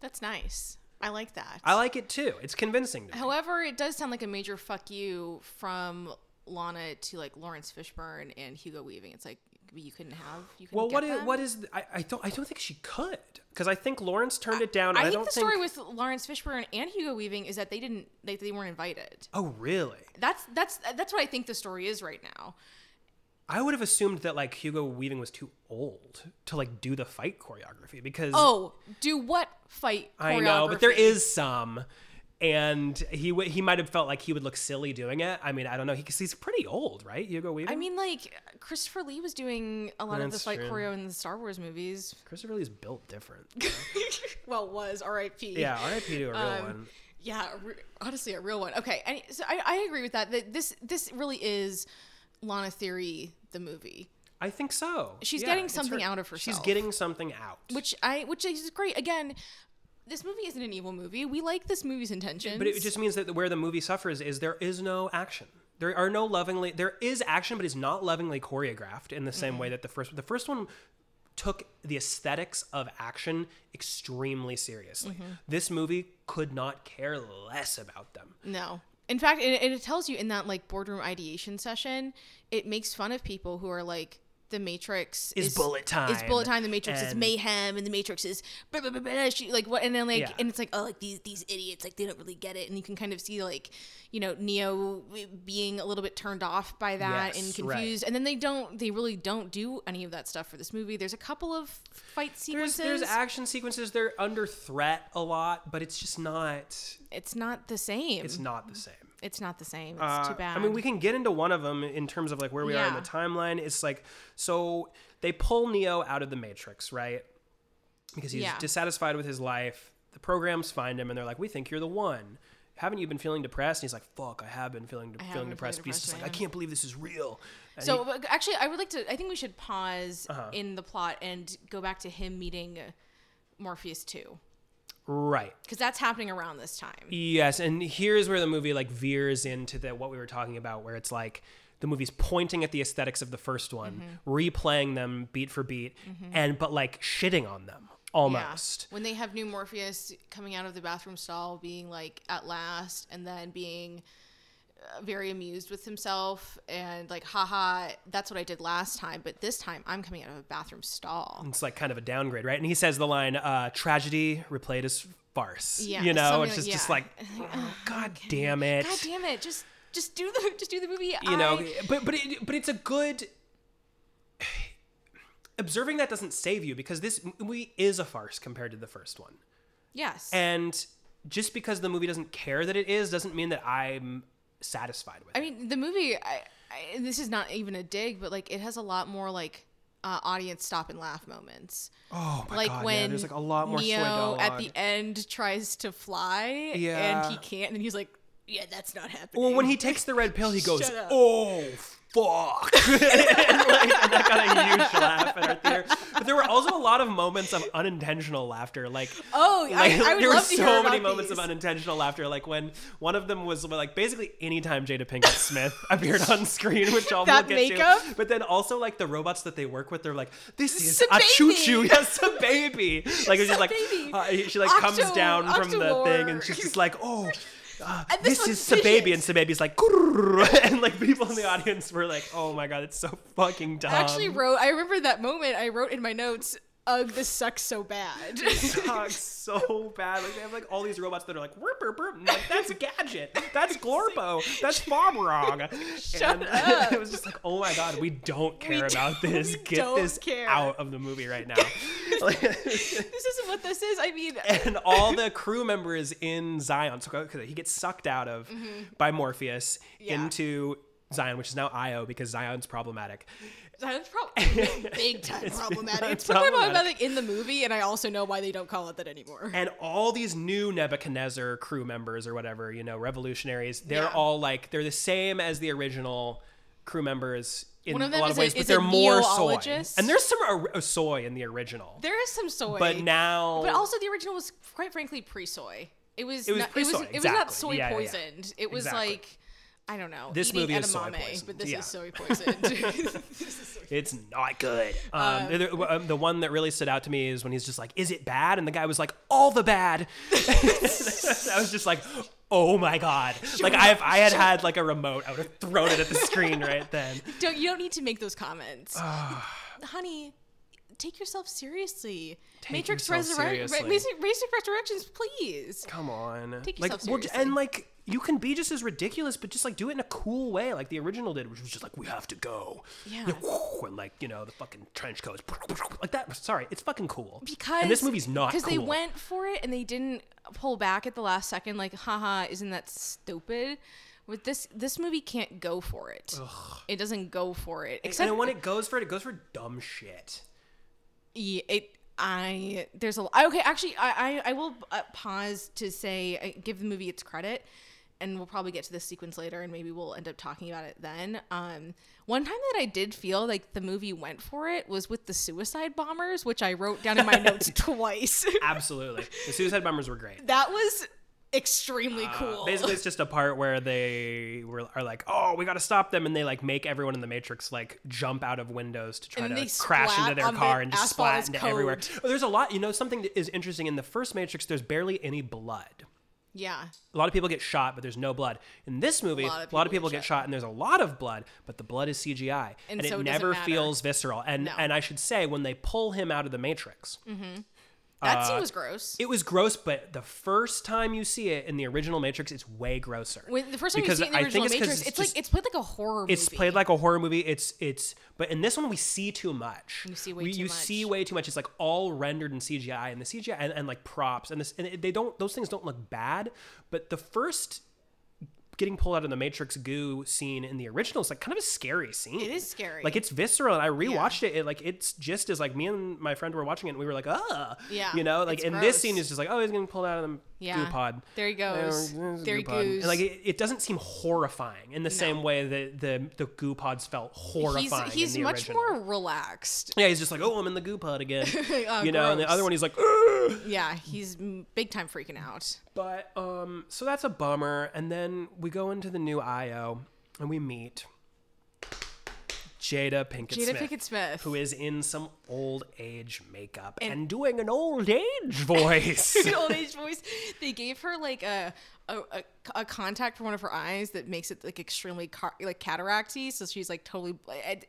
Speaker 2: that's nice I like that
Speaker 1: I like it too. It's convincing to me.
Speaker 2: However, it does sound like a major fuck you from Lana to like Lawrence Fishburne and Hugo Weaving. It's like you couldn't have. You couldn't
Speaker 1: Well,
Speaker 2: get
Speaker 1: what is,
Speaker 2: them?
Speaker 1: what is I, I don't I don't think she could because I think Lawrence turned it down. and
Speaker 2: I,
Speaker 1: I,
Speaker 2: think
Speaker 1: don't
Speaker 2: the story with Lawrence Fishburne and Hugo Weaving is that they didn't they, they weren't invited.
Speaker 1: oh really?
Speaker 2: That's that's that's what I think the story is right now.
Speaker 1: I would have assumed that like Hugo Weaving was too old to like do the fight choreography because
Speaker 2: Oh, do what fight?
Speaker 1: I know, but there
Speaker 2: choreography?
Speaker 1: is some, and he w- he might have felt like he would look silly doing it. I mean, I don't know, because he's pretty old, right? Hugo Weaving.
Speaker 2: I mean, like Christopher Lee was doing a lot of the
Speaker 1: That's
Speaker 2: fight
Speaker 1: true.
Speaker 2: choreo in the Star Wars movies.
Speaker 1: Christopher Lee's built different.
Speaker 2: Well, was R.I.P.
Speaker 1: yeah, R.I.P. to a real
Speaker 2: Um,
Speaker 1: one.
Speaker 2: Yeah, a re- honestly, a real one. Okay, and so I, I agree with that. That this this really is Lana Theory the movie,
Speaker 1: I think so.
Speaker 2: she's
Speaker 1: Yeah,
Speaker 2: getting
Speaker 1: it's
Speaker 2: something out of
Speaker 1: She's
Speaker 2: herself.
Speaker 1: getting something out.
Speaker 2: which I which is great. Again, this movie isn't an evil movie. We like this movie's intentions.
Speaker 1: but it just means that where the movie suffers is there is no action. There are no lovingly. There is action, but it's not lovingly choreographed in the
Speaker 2: Mm-hmm.
Speaker 1: same way that the first. The first one took the aesthetics of action extremely seriously.
Speaker 2: Mm-hmm.
Speaker 1: This movie could not care less about them.
Speaker 2: no. In fact, and it, and it tells you in that like boardroom ideation session, it makes fun of people who are like. The Matrix
Speaker 1: Is bullet
Speaker 2: Is bullet
Speaker 1: time,
Speaker 2: time. The Matrix is
Speaker 1: and-
Speaker 2: mayhem, and the Matrix is blah, blah, blah, blah, she, like what? And then like,
Speaker 1: Yeah.
Speaker 2: and it's like, oh, like these these idiots, like they don't really get it. And you can kind of see like, you know, Neo being a little bit turned off by that
Speaker 1: Yes,
Speaker 2: and
Speaker 1: right.
Speaker 2: confused. And then they don't, they really don't do any of that stuff for this movie. There's a couple of fight
Speaker 1: There's
Speaker 2: sequences.
Speaker 1: there's action sequences. They're under threat a lot, but it's just not.
Speaker 2: it's not the same.
Speaker 1: It's
Speaker 2: It's,
Speaker 1: not the same.
Speaker 2: not the same. It's
Speaker 1: Uh,
Speaker 2: too bad.
Speaker 1: I mean, we can get into one of them in terms of like where we are in
Speaker 2: Yeah.
Speaker 1: the timeline. It's like so they pull Neo out of the Matrix, right? Because he's
Speaker 2: Yeah.
Speaker 1: dissatisfied with his life. The programs find him, and they're like, "We think you're the one." Haven't you been feeling depressed? And he's like, "Fuck, I have been feeling
Speaker 2: have
Speaker 1: feeling
Speaker 2: been feeling
Speaker 1: depressed." but he's
Speaker 2: depressed,
Speaker 1: just like,
Speaker 2: yeah.
Speaker 1: "I can't believe this is real." And
Speaker 2: so but actually, I would like to. I think we should pause
Speaker 1: Uh-huh.
Speaker 2: in the plot and go back to him meeting Morpheus too,
Speaker 1: right.
Speaker 2: because that's happening around this time.
Speaker 1: Yes, and here's where the movie like veers into the what we were talking about, where it's like the movie's pointing at the aesthetics of the first one,
Speaker 2: Mm-hmm.
Speaker 1: replaying them beat for beat, and but like shitting on them almost.
Speaker 2: When they have new Morpheus coming out of the bathroom stall, being like at last, and then being uh, very amused with himself and like, haha, that's what I did last time, but this time I'm coming out of a bathroom stall.
Speaker 1: It's like kind of a downgrade, right? And he says the line, uh, "Tragedy replayed as farce."
Speaker 2: Yeah,
Speaker 1: you know,
Speaker 2: something
Speaker 1: which
Speaker 2: like-
Speaker 1: is just
Speaker 2: yeah.
Speaker 1: like, oh, god damn it,
Speaker 2: God damn it! Just just do the just do the movie.
Speaker 1: you know.
Speaker 2: I-
Speaker 1: But but it, but it's a good. Observing that doesn't save you because this movie is a farce compared to the first one.
Speaker 2: yes.
Speaker 1: And just because the movie doesn't care that it is doesn't mean that I'm satisfied with
Speaker 2: I
Speaker 1: it.
Speaker 2: mean, the movie. I, I, this is not even a dig, but like it has a lot more like uh, audience stop and laugh moments.
Speaker 1: Oh my
Speaker 2: like
Speaker 1: god,
Speaker 2: when
Speaker 1: yeah, there's like a lot more slow
Speaker 2: Neo
Speaker 1: dialogue.
Speaker 2: at the end tries to fly
Speaker 1: Yeah.
Speaker 2: and he can't, and he's like, "Yeah, that's not happening."
Speaker 1: well, when he takes the red pill, he goes,
Speaker 2: Shut up.
Speaker 1: "Oh fuck!" and, like, and I got a huge laugh at our theater. But there were also a lot of moments of unintentional laughter, like
Speaker 2: oh,
Speaker 1: like,
Speaker 2: I, I would
Speaker 1: there were
Speaker 2: love to
Speaker 1: so
Speaker 2: hear about
Speaker 1: many moments
Speaker 2: these.
Speaker 1: of unintentional laughter. Like when one of them was like basically anytime Jada Pinkett Smith appeared on screen, which I'll
Speaker 2: That
Speaker 1: we'll get
Speaker 2: makeup?
Speaker 1: to. But then also like the robots that they work with, they're like, "This is
Speaker 2: a
Speaker 1: a
Speaker 2: baby."
Speaker 1: choo choo, yes, a baby." Like it's just
Speaker 2: a
Speaker 1: like
Speaker 2: baby.
Speaker 1: uh, she like comes
Speaker 2: Octo-
Speaker 1: down from the thing, and
Speaker 2: Octolore.
Speaker 1: she's just like, "Oh." Uh,
Speaker 2: And this
Speaker 1: this is
Speaker 2: one's
Speaker 1: Sababy, and
Speaker 2: vicious.
Speaker 1: Sababy's like, "Grrr," and like people in the audience were like, "Oh my god, it's so fucking dumb."
Speaker 2: I actually wrote. I remember that moment. I wrote in my notes, "Ugh, this sucks so bad."
Speaker 1: sucks so bad. Like they have like all these robots that are like, "Whirr, burr, burr," and, like that's Gadget, that's Glorbo, that's Bob Wrong. and
Speaker 2: up.
Speaker 1: it was just like, oh my god, we don't care about this.
Speaker 2: we
Speaker 1: Get
Speaker 2: don't
Speaker 1: this
Speaker 2: care.
Speaker 1: out of the movie right now. Like-
Speaker 2: this isn't what this is. I mean,
Speaker 1: and all the crew members in Zion, so 'cause he gets sucked out of by Morpheus
Speaker 2: Mm-hmm. Yeah.
Speaker 1: into Zion, which is now Io because Zion's problematic.
Speaker 2: that's probably big time problematic. It's big time
Speaker 1: problematic.
Speaker 2: problematic in the movie, and I also know why they don't call it that anymore.
Speaker 1: and all these new Nebuchadnezzar crew members or whatever, you know, revolutionaries, they're
Speaker 2: Yeah.
Speaker 1: all like they're the same as the original crew members in
Speaker 2: One of
Speaker 1: a
Speaker 2: them
Speaker 1: lot
Speaker 2: is
Speaker 1: of
Speaker 2: a-
Speaker 1: ways, but
Speaker 2: is a
Speaker 1: they're more soy.
Speaker 2: neologist.
Speaker 1: And there's some ar- uh, soy in the original,
Speaker 2: There is some soy,
Speaker 1: but now,
Speaker 2: But also, the original was quite frankly pre-soy. It was
Speaker 1: It was
Speaker 2: not, it
Speaker 1: pre-soy,
Speaker 2: was, it was not
Speaker 1: exactly.
Speaker 2: soy
Speaker 1: Yeah, yeah, yeah.
Speaker 2: poisoned. It was
Speaker 1: Exactly.
Speaker 2: like I don't know.
Speaker 1: This
Speaker 2: eating
Speaker 1: movie
Speaker 2: edamame,
Speaker 1: is soy poisoned,
Speaker 2: but this
Speaker 1: yeah.
Speaker 2: is soy poisoned.
Speaker 1: it's not good. Um,
Speaker 2: Uh,
Speaker 1: the- the, um, the one that really stood out to me is when he's just like, "Is it bad?" And the guy was like, "All the bad." I was just like. Oh my god! Like I, if I had had like a remote, I would have thrown it at the screen right then.
Speaker 2: don't you don't need to make those comments, honey. Take yourself seriously. Matrix
Speaker 1: yourself
Speaker 2: Resurrection,
Speaker 1: seriously.
Speaker 2: Matrix Resurrections, please.
Speaker 1: Come on.
Speaker 2: Take
Speaker 1: like,
Speaker 2: yourself
Speaker 1: well,
Speaker 2: seriously.
Speaker 1: and like you can be just as ridiculous, but just like do it in a cool way, like the original did, which was just like we have to go.
Speaker 2: Yeah.
Speaker 1: whoo, and like you know the fucking trench coats, like that. Sorry, it's fucking cool.
Speaker 2: Because
Speaker 1: and this movie's not
Speaker 2: because
Speaker 1: cool.
Speaker 2: they went for it and they didn't pull back at the last second. Like, haha, isn't that stupid? With this, this movie can't go for it. It doesn't go for it. Except
Speaker 1: and when it goes for it, it goes for dumb shit.
Speaker 2: Yeah, it. I there's a I- okay. Actually, I I, I will uh, pause to say uh, give the movie its credit, and we'll probably get to this sequence later, and maybe we'll end up talking about it then. Um, one time that I did feel like the movie went for it was with the suicide bombers, which I wrote down in my notes twice.
Speaker 1: Absolutely, the suicide bombers were great.
Speaker 2: that was extremely cool.
Speaker 1: Uh, Basically, it's just a part where they were are like, "Oh, we got to stop them," and they like make everyone in the Matrix like jump out of windows to try
Speaker 2: And
Speaker 1: to
Speaker 2: they
Speaker 1: crash
Speaker 2: splat
Speaker 1: into their
Speaker 2: on the
Speaker 1: car and just
Speaker 2: asphalt
Speaker 1: splat
Speaker 2: as
Speaker 1: into
Speaker 2: code.
Speaker 1: everywhere. Oh, there's a lot, you know. Something that is interesting in the first Matrix, there's barely any blood.
Speaker 2: yeah.
Speaker 1: A lot of people get shot, but there's no blood. In this movie, a lot of people, get, shot. and there's a lot of blood, but the blood is CGI, and,
Speaker 2: And
Speaker 1: it
Speaker 2: so it doesn't
Speaker 1: never
Speaker 2: matter.
Speaker 1: feels visceral. And
Speaker 2: No.
Speaker 1: and I should say, when they pull him out of the Matrix,
Speaker 2: That scene was gross.
Speaker 1: Uh, it was gross, but the first time you see it in the original Matrix, it's way grosser.
Speaker 2: when the first time you
Speaker 1: because
Speaker 2: see it in the
Speaker 1: I
Speaker 2: original
Speaker 1: think it's 'cause
Speaker 2: Matrix,
Speaker 1: it's
Speaker 2: it's,
Speaker 1: just-
Speaker 2: like it's played like a horror movie.
Speaker 1: It's played like a horror movie. It's it's but in this one we see too much. You
Speaker 2: see way too
Speaker 1: You
Speaker 2: much.
Speaker 1: see way too much. It's like all rendered in CGI and the CGI and, and like props and this and it- they don't those things don't look bad, but the first getting pulled out of the Matrix goo scene in the original is like kind of a scary scene.
Speaker 2: It is scary.
Speaker 1: Like it's visceral and I rewatched it, it like it's just as like me and my friend were watching it and we were like, "Ah."
Speaker 2: Yeah,
Speaker 1: You know, like
Speaker 2: it's
Speaker 1: and
Speaker 2: gross.
Speaker 1: this scene is just like, "Oh, he's getting pulled out of the
Speaker 2: Yeah.
Speaker 1: goo pod."
Speaker 2: There he goes.
Speaker 1: There's a
Speaker 2: There he
Speaker 1: goo pod.
Speaker 2: goes.
Speaker 1: And like it, it doesn't seem horrifying in the same way that the the goo pods felt horrifying.
Speaker 2: He's, he's
Speaker 1: in the
Speaker 2: much
Speaker 1: original.
Speaker 2: more relaxed.
Speaker 1: Yeah, he's just like, oh, I'm in the goo pod again.
Speaker 2: Oh,
Speaker 1: you know, and the
Speaker 2: gross.
Speaker 1: other one, he's like, "Ugh."
Speaker 2: Yeah, he's m- big time freaking out.
Speaker 1: but um, so that's a bummer. And then we go into the new IO and we meet Jada Pinkett
Speaker 2: Jada
Speaker 1: Smith.
Speaker 2: Pickett Smith.
Speaker 1: Who is in some old age makeup and, doing an old age voice?
Speaker 2: old age voice. They gave her like a a, a a contact for one of her eyes that makes it like extremely car- like cataracty. So she's like totally. I-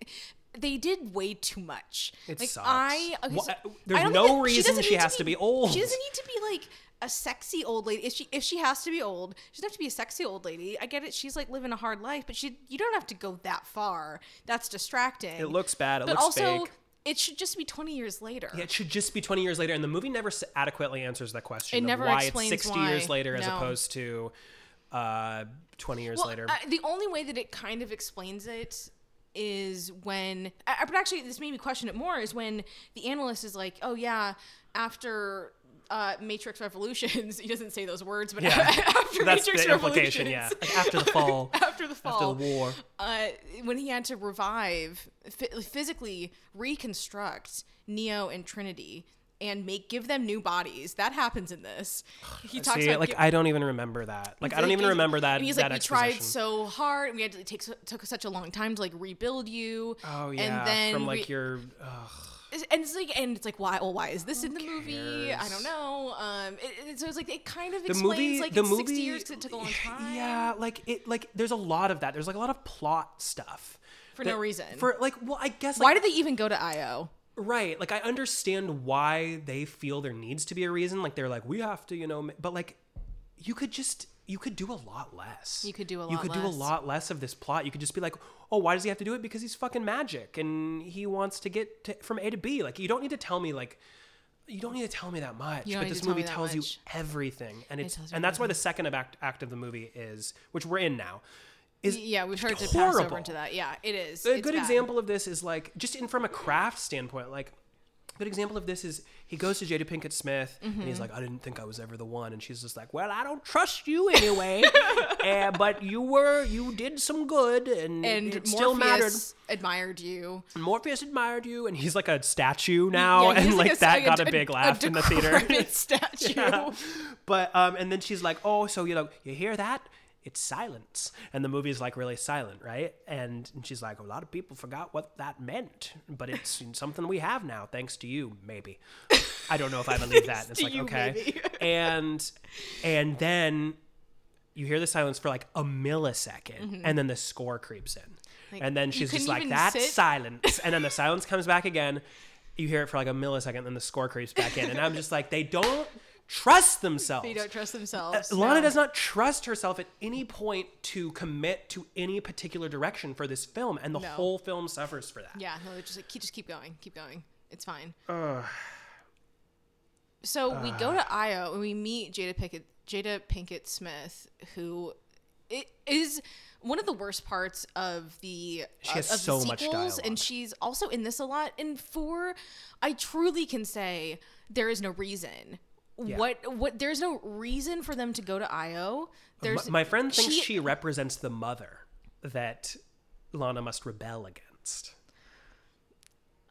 Speaker 2: They did way too much.
Speaker 1: It
Speaker 2: like,
Speaker 1: sucks.
Speaker 2: I okay,
Speaker 1: What-
Speaker 2: so
Speaker 1: there's
Speaker 2: I don't
Speaker 1: no
Speaker 2: think that- she
Speaker 1: reason
Speaker 2: doesn't
Speaker 1: she
Speaker 2: need
Speaker 1: has to be old.
Speaker 2: She doesn't need to be like a sexy old lady. If she if she has to be old, she doesn't have to be a sexy old lady. I get it. She's like living a hard life, but she you don't have to go that far. That's distracting.
Speaker 1: It looks bad. It
Speaker 2: but
Speaker 1: looks
Speaker 2: also,
Speaker 1: fake.
Speaker 2: it should just be twenty years later.
Speaker 1: Yeah, it should just be 20 years later, and the movie never s- adequately answers that question.
Speaker 2: It
Speaker 1: of
Speaker 2: never
Speaker 1: why
Speaker 2: explains
Speaker 1: it's 60
Speaker 2: why.
Speaker 1: years later as
Speaker 2: No.
Speaker 1: opposed to uh, 20 years later.
Speaker 2: uh, the only way that it kind of explains it is when, uh, but actually, this made me question it more is when the analyst is like, oh, yeah, after. Uh, Matrix Revolutions. He doesn't say those words, but
Speaker 1: Yeah.
Speaker 2: after
Speaker 1: That's
Speaker 2: Matrix
Speaker 1: the implication, yeah.
Speaker 2: Revolutions-
Speaker 1: Like after the fall,
Speaker 2: after the fall,
Speaker 1: after the war.
Speaker 2: uh, when he had to revive, phy- physically reconstruct Neo and Trinity and make give them new bodies. That happens in this. He talks
Speaker 1: See,
Speaker 2: about
Speaker 1: like
Speaker 2: gi-
Speaker 1: I don't even remember that. Like I don't even remember that.
Speaker 2: And he's
Speaker 1: that
Speaker 2: like, we
Speaker 1: exposition.
Speaker 2: tried so hard. and We had to it takes took us such a long time to like rebuild you.
Speaker 1: Oh yeah,
Speaker 2: and then
Speaker 1: from
Speaker 2: we-
Speaker 1: like your uh, ugh,
Speaker 2: and it's like and it's like why well why is this in the movie? I
Speaker 1: cares?
Speaker 2: don't know. Um, it, it, so it's like it kind of
Speaker 1: the
Speaker 2: explains
Speaker 1: movie.
Speaker 2: like
Speaker 1: the
Speaker 2: it's
Speaker 1: movie,
Speaker 2: sixty years 'cause it took a long time.
Speaker 1: Yeah, like it. Like there's a lot of that. There's like a lot of plot stuff
Speaker 2: For no
Speaker 1: that-
Speaker 2: reason.
Speaker 1: For like, well, I guess. Like,
Speaker 2: Why did they even go to IO?
Speaker 1: Right. Like I understand why they feel there needs to be a reason. Like they're like, we have to, you know, ma- but like you could just you could do a lot less.
Speaker 2: You could do a
Speaker 1: You
Speaker 2: lot
Speaker 1: could do a
Speaker 2: less.
Speaker 1: lot less of this plot. You could just be like, oh, why does he have to do it? Because he's fucking magic and he wants to get to, from A to B. Like you don't need to tell me like you don't need to tell me that much.
Speaker 2: You don't
Speaker 1: but
Speaker 2: need to
Speaker 1: this
Speaker 2: tell
Speaker 1: movie
Speaker 2: me that
Speaker 1: tells you
Speaker 2: much.
Speaker 1: everything. And it's
Speaker 2: tells you
Speaker 1: and that's why the second act act of the movie is which we're in now. Is
Speaker 2: Yeah, we've heard to
Speaker 1: just
Speaker 2: pass over
Speaker 1: horrible.
Speaker 2: into that. Yeah, it is.
Speaker 1: a
Speaker 2: It's
Speaker 1: good
Speaker 2: bad.
Speaker 1: example of this is like just in from a craft standpoint like a good example of this is he goes to jada pinkett smith and
Speaker 2: Mm-hmm.
Speaker 1: he's like i didn't think i was ever the one and she's just like well i don't trust you anyway uh, but you were you did some good and,
Speaker 2: and
Speaker 1: it
Speaker 2: Morpheus
Speaker 1: still mattered
Speaker 2: admired you.
Speaker 1: morpheus admired you and he's like a statue now
Speaker 2: Yeah, he's
Speaker 1: and like,
Speaker 2: a-
Speaker 1: that
Speaker 2: like
Speaker 1: got a,
Speaker 2: de-
Speaker 1: big laugh in the theater
Speaker 2: decrepit statue.
Speaker 1: but um and then she's like oh so you know you hear that it's silence and the movie's like really silent right and, and she's like a lot of people forgot what that meant but it's something we have now thanks to you maybe i don't know if i believe that and it's
Speaker 2: to
Speaker 1: like
Speaker 2: you,
Speaker 1: okay
Speaker 2: maybe.
Speaker 1: and and then you hear the silence for like a millisecond and then the score creeps in and then
Speaker 2: Mm-hmm. you
Speaker 1: she's just
Speaker 2: couldn't
Speaker 1: like
Speaker 2: even
Speaker 1: that's
Speaker 2: sit?"
Speaker 1: silence and then the silence comes back again you hear it for like a millisecond then the score creeps back in and i'm just like they don't trust themselves Uh,
Speaker 2: They don't trust themselves.
Speaker 1: Lana
Speaker 2: no.
Speaker 1: does not trust herself at any point to commit to any particular direction for this film, and the
Speaker 2: No.
Speaker 1: whole film suffers for that.
Speaker 2: Yeah, no, they're just like keep, just keep going, keep going. It's fine. so we go to Io and we meet Jada Pinkett, Jada Pinkett Smith, who i- is one of the worst parts of the uh,
Speaker 1: She has
Speaker 2: of the
Speaker 1: so much
Speaker 2: sequels,
Speaker 1: dialogue.
Speaker 2: and she's also in this a lot. And for, I truly can say there is no reason. What what? There's no reason for them to go to Io.
Speaker 1: My,
Speaker 2: There's
Speaker 1: my friend thinks she,
Speaker 2: she-
Speaker 1: represents the mother that Lana must rebel against.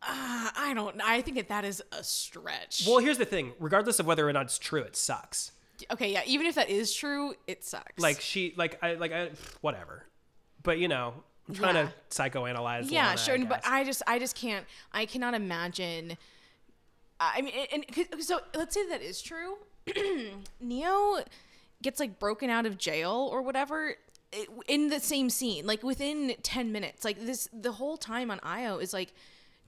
Speaker 2: I don't. I think that that is a stretch.
Speaker 1: Well, here's the thing: regardless of whether or not it's true, it sucks.
Speaker 2: okay, yeah. Even if that is true, it sucks.
Speaker 1: Like she, like I, like I, whatever. But you know, I'm trying
Speaker 2: Yeah.
Speaker 1: to psychoanalyze.
Speaker 2: yeah
Speaker 1: Lana,
Speaker 2: sure
Speaker 1: I
Speaker 2: but
Speaker 1: guess.
Speaker 2: i just i just can't i cannot imagine i mean and, and so let's say that is true neo gets like broken out of jail or whatever i- in the same scene like within 10 minutes like this the whole time on io is like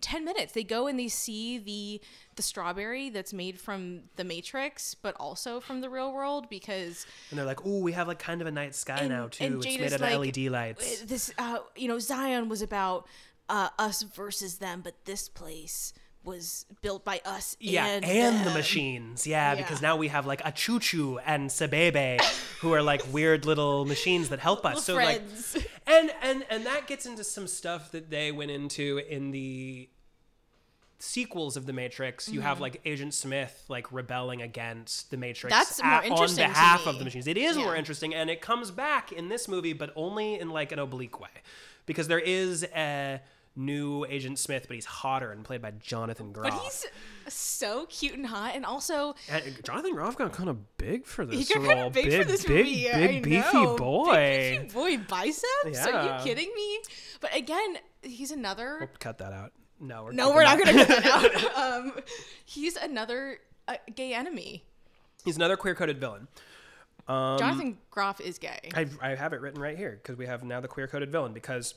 Speaker 2: 10 minutes they go and they see the the strawberry that's made from the matrix but also from the real world because
Speaker 1: and they're like, "Ooh, we have like kind of a night sky now too. it's made
Speaker 2: Jada's
Speaker 1: out of
Speaker 2: like,
Speaker 1: LED lights."
Speaker 2: this uh, you know zion was about uh, us versus them but this place was built by us
Speaker 1: Yeah, and,
Speaker 2: and,
Speaker 1: the
Speaker 2: them.
Speaker 1: machines. Yeah,
Speaker 2: Yeah.
Speaker 1: because now we have like a Choo Choo and Sebebe, who are like weird little machines that help us. So
Speaker 2: friends.
Speaker 1: like, and and and that gets into some stuff that they went into in the sequels of the Matrix. You
Speaker 2: Mm-hmm.
Speaker 1: have like Agent Smith like rebelling against the Matrix
Speaker 2: That's more
Speaker 1: on
Speaker 2: interesting to
Speaker 1: behalf of
Speaker 2: me.
Speaker 1: the machines. It is more
Speaker 2: Yeah.
Speaker 1: interesting, and it comes back in this movie, but only in like an oblique way, because there is a new Agent Smith, but he's hotter and played by Jonathan Groff.
Speaker 2: but he's so cute and hot and also
Speaker 1: And Jonathan Groff got kind of big for this
Speaker 2: he got kind
Speaker 1: role.
Speaker 2: of big, for this
Speaker 1: big,
Speaker 2: movie I
Speaker 1: big, beefy
Speaker 2: know.
Speaker 1: boy.
Speaker 2: big beefy boy biceps are
Speaker 1: Yeah.
Speaker 2: you kidding me but again he's another
Speaker 1: Cut that out. No, we're
Speaker 2: no we're not gonna cut that out um, he's another uh, gay enemy
Speaker 1: He's another queer-coded villain. Um,
Speaker 2: jonathan groff is gay
Speaker 1: I, I have it written right here because we have now the queer-coded villain because.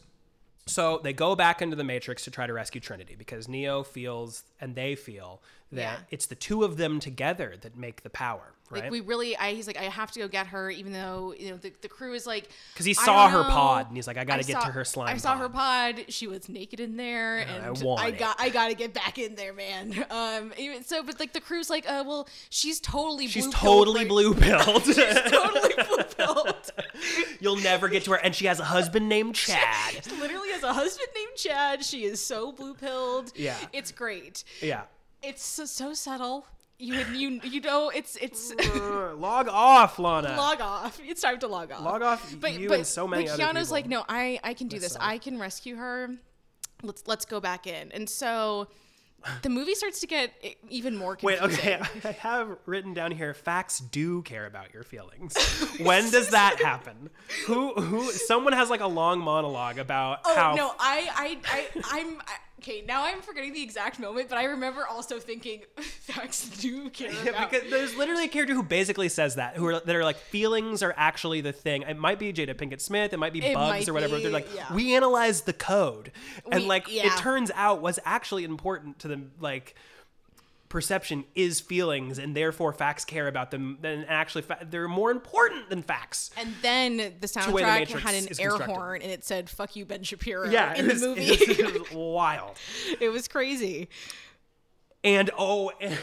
Speaker 1: So they go back into the Matrix to try to rescue Trinity because Neo feels and they feel that
Speaker 2: Yeah.
Speaker 1: it's the two of them together that make the power,
Speaker 2: Like
Speaker 1: right?
Speaker 2: we really, I he's like I have to go get her, even though you know the, the crew is like
Speaker 1: Because he
Speaker 2: "I
Speaker 1: saw
Speaker 2: don't
Speaker 1: her
Speaker 2: know.
Speaker 1: pod and he's like, I got to get
Speaker 2: saw-
Speaker 1: to her slime.
Speaker 2: I saw
Speaker 1: pod.
Speaker 2: her pod. She was naked in there, and
Speaker 1: I
Speaker 2: I,
Speaker 1: want it.
Speaker 2: got I got to get back in there, man. Um, even- so but like the crew's like, uh, well, she's totally
Speaker 1: She's
Speaker 2: blue
Speaker 1: totally
Speaker 2: pilled
Speaker 1: blue pilled.
Speaker 2: for- totally blue pilled.
Speaker 1: You'll never get to her, and she has a husband named Chad.
Speaker 2: Literally has a husband named Chad. She is so blue pilled.
Speaker 1: Yeah.
Speaker 2: It's great.
Speaker 1: yeah.
Speaker 2: It's so, so subtle. You would you you know it's it's
Speaker 1: Uh, log off, Lana.
Speaker 2: log off. It's time to log off.
Speaker 1: Log off, you and so many
Speaker 2: but
Speaker 1: other
Speaker 2: Keanu's
Speaker 1: people.
Speaker 2: like, no, I I can do this.
Speaker 1: sucks.
Speaker 2: I can rescue her. Let's let's go back in. And so the movie starts to get e- even more
Speaker 1: Wait,
Speaker 2: confusing.
Speaker 1: okay. I have written down here facts do care about your feelings. when does that happen? Who who someone has like a long monologue about
Speaker 2: Oh
Speaker 1: how
Speaker 2: no, I, I, I, I'm I, okay. Now I'm forgetting the exact moment, but I remember also thinking facts do care
Speaker 1: Yeah,
Speaker 2: about.
Speaker 1: because there's literally a character who basically says that, who are that are like feelings are actually the thing. It might be Jada Pinkett Smith, it might be
Speaker 2: It
Speaker 1: bugs
Speaker 2: might
Speaker 1: or whatever.
Speaker 2: be,
Speaker 1: They're like,
Speaker 2: yeah.
Speaker 1: we analyzed the code, and
Speaker 2: We-
Speaker 1: like
Speaker 2: yeah.
Speaker 1: it turns out what's actually important to them, like perception is feelings, and therefore facts care about them. Then actually, fa- they're more important than facts.
Speaker 2: and then the
Speaker 1: way the
Speaker 2: soundtrack
Speaker 1: Matrix
Speaker 2: had an
Speaker 1: is
Speaker 2: air
Speaker 1: constructed.
Speaker 2: horn, and it said "fuck you, Ben Shapiro"
Speaker 1: yeah,
Speaker 2: in
Speaker 1: it was,
Speaker 2: the movie.
Speaker 1: It was, it was wild.
Speaker 2: it was crazy.
Speaker 1: And oh, and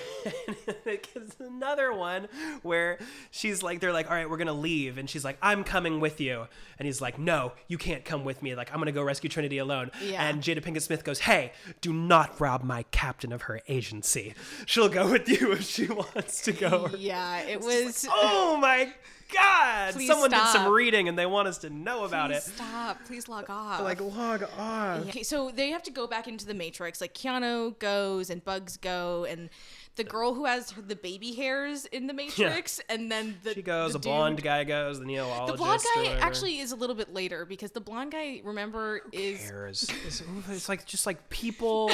Speaker 1: it's another one where she's like, they're like, all right, we're gonna leave, and she's like, I'm coming with you, and he's like, no, you can't come with me. Like, I'm gonna go rescue Trinity alone.
Speaker 2: Yeah.
Speaker 1: And Jada Pinkett Smith goes, hey, do not rob my captain of her agency. She'll go with you if she wants to go.
Speaker 2: Yeah, it was.
Speaker 1: Oh my God!
Speaker 2: Please
Speaker 1: Someone did
Speaker 2: stop.
Speaker 1: some reading, and they want us to know about it.
Speaker 2: Stop! Please log off.
Speaker 1: Like, log off.
Speaker 2: Okay, so they have to go back into the Matrix. Like Keanu goes and Bugs go, and the girl who has her- the baby hairs in the Matrix, and then the
Speaker 1: She goes.
Speaker 2: the
Speaker 1: a blonde
Speaker 2: dude-
Speaker 1: guy goes. The neologist.
Speaker 2: The blonde
Speaker 1: or
Speaker 2: guy
Speaker 1: whatever.
Speaker 2: actually is a little bit later because the blonde guy, remember, is
Speaker 1: cares? It's, it's like just like people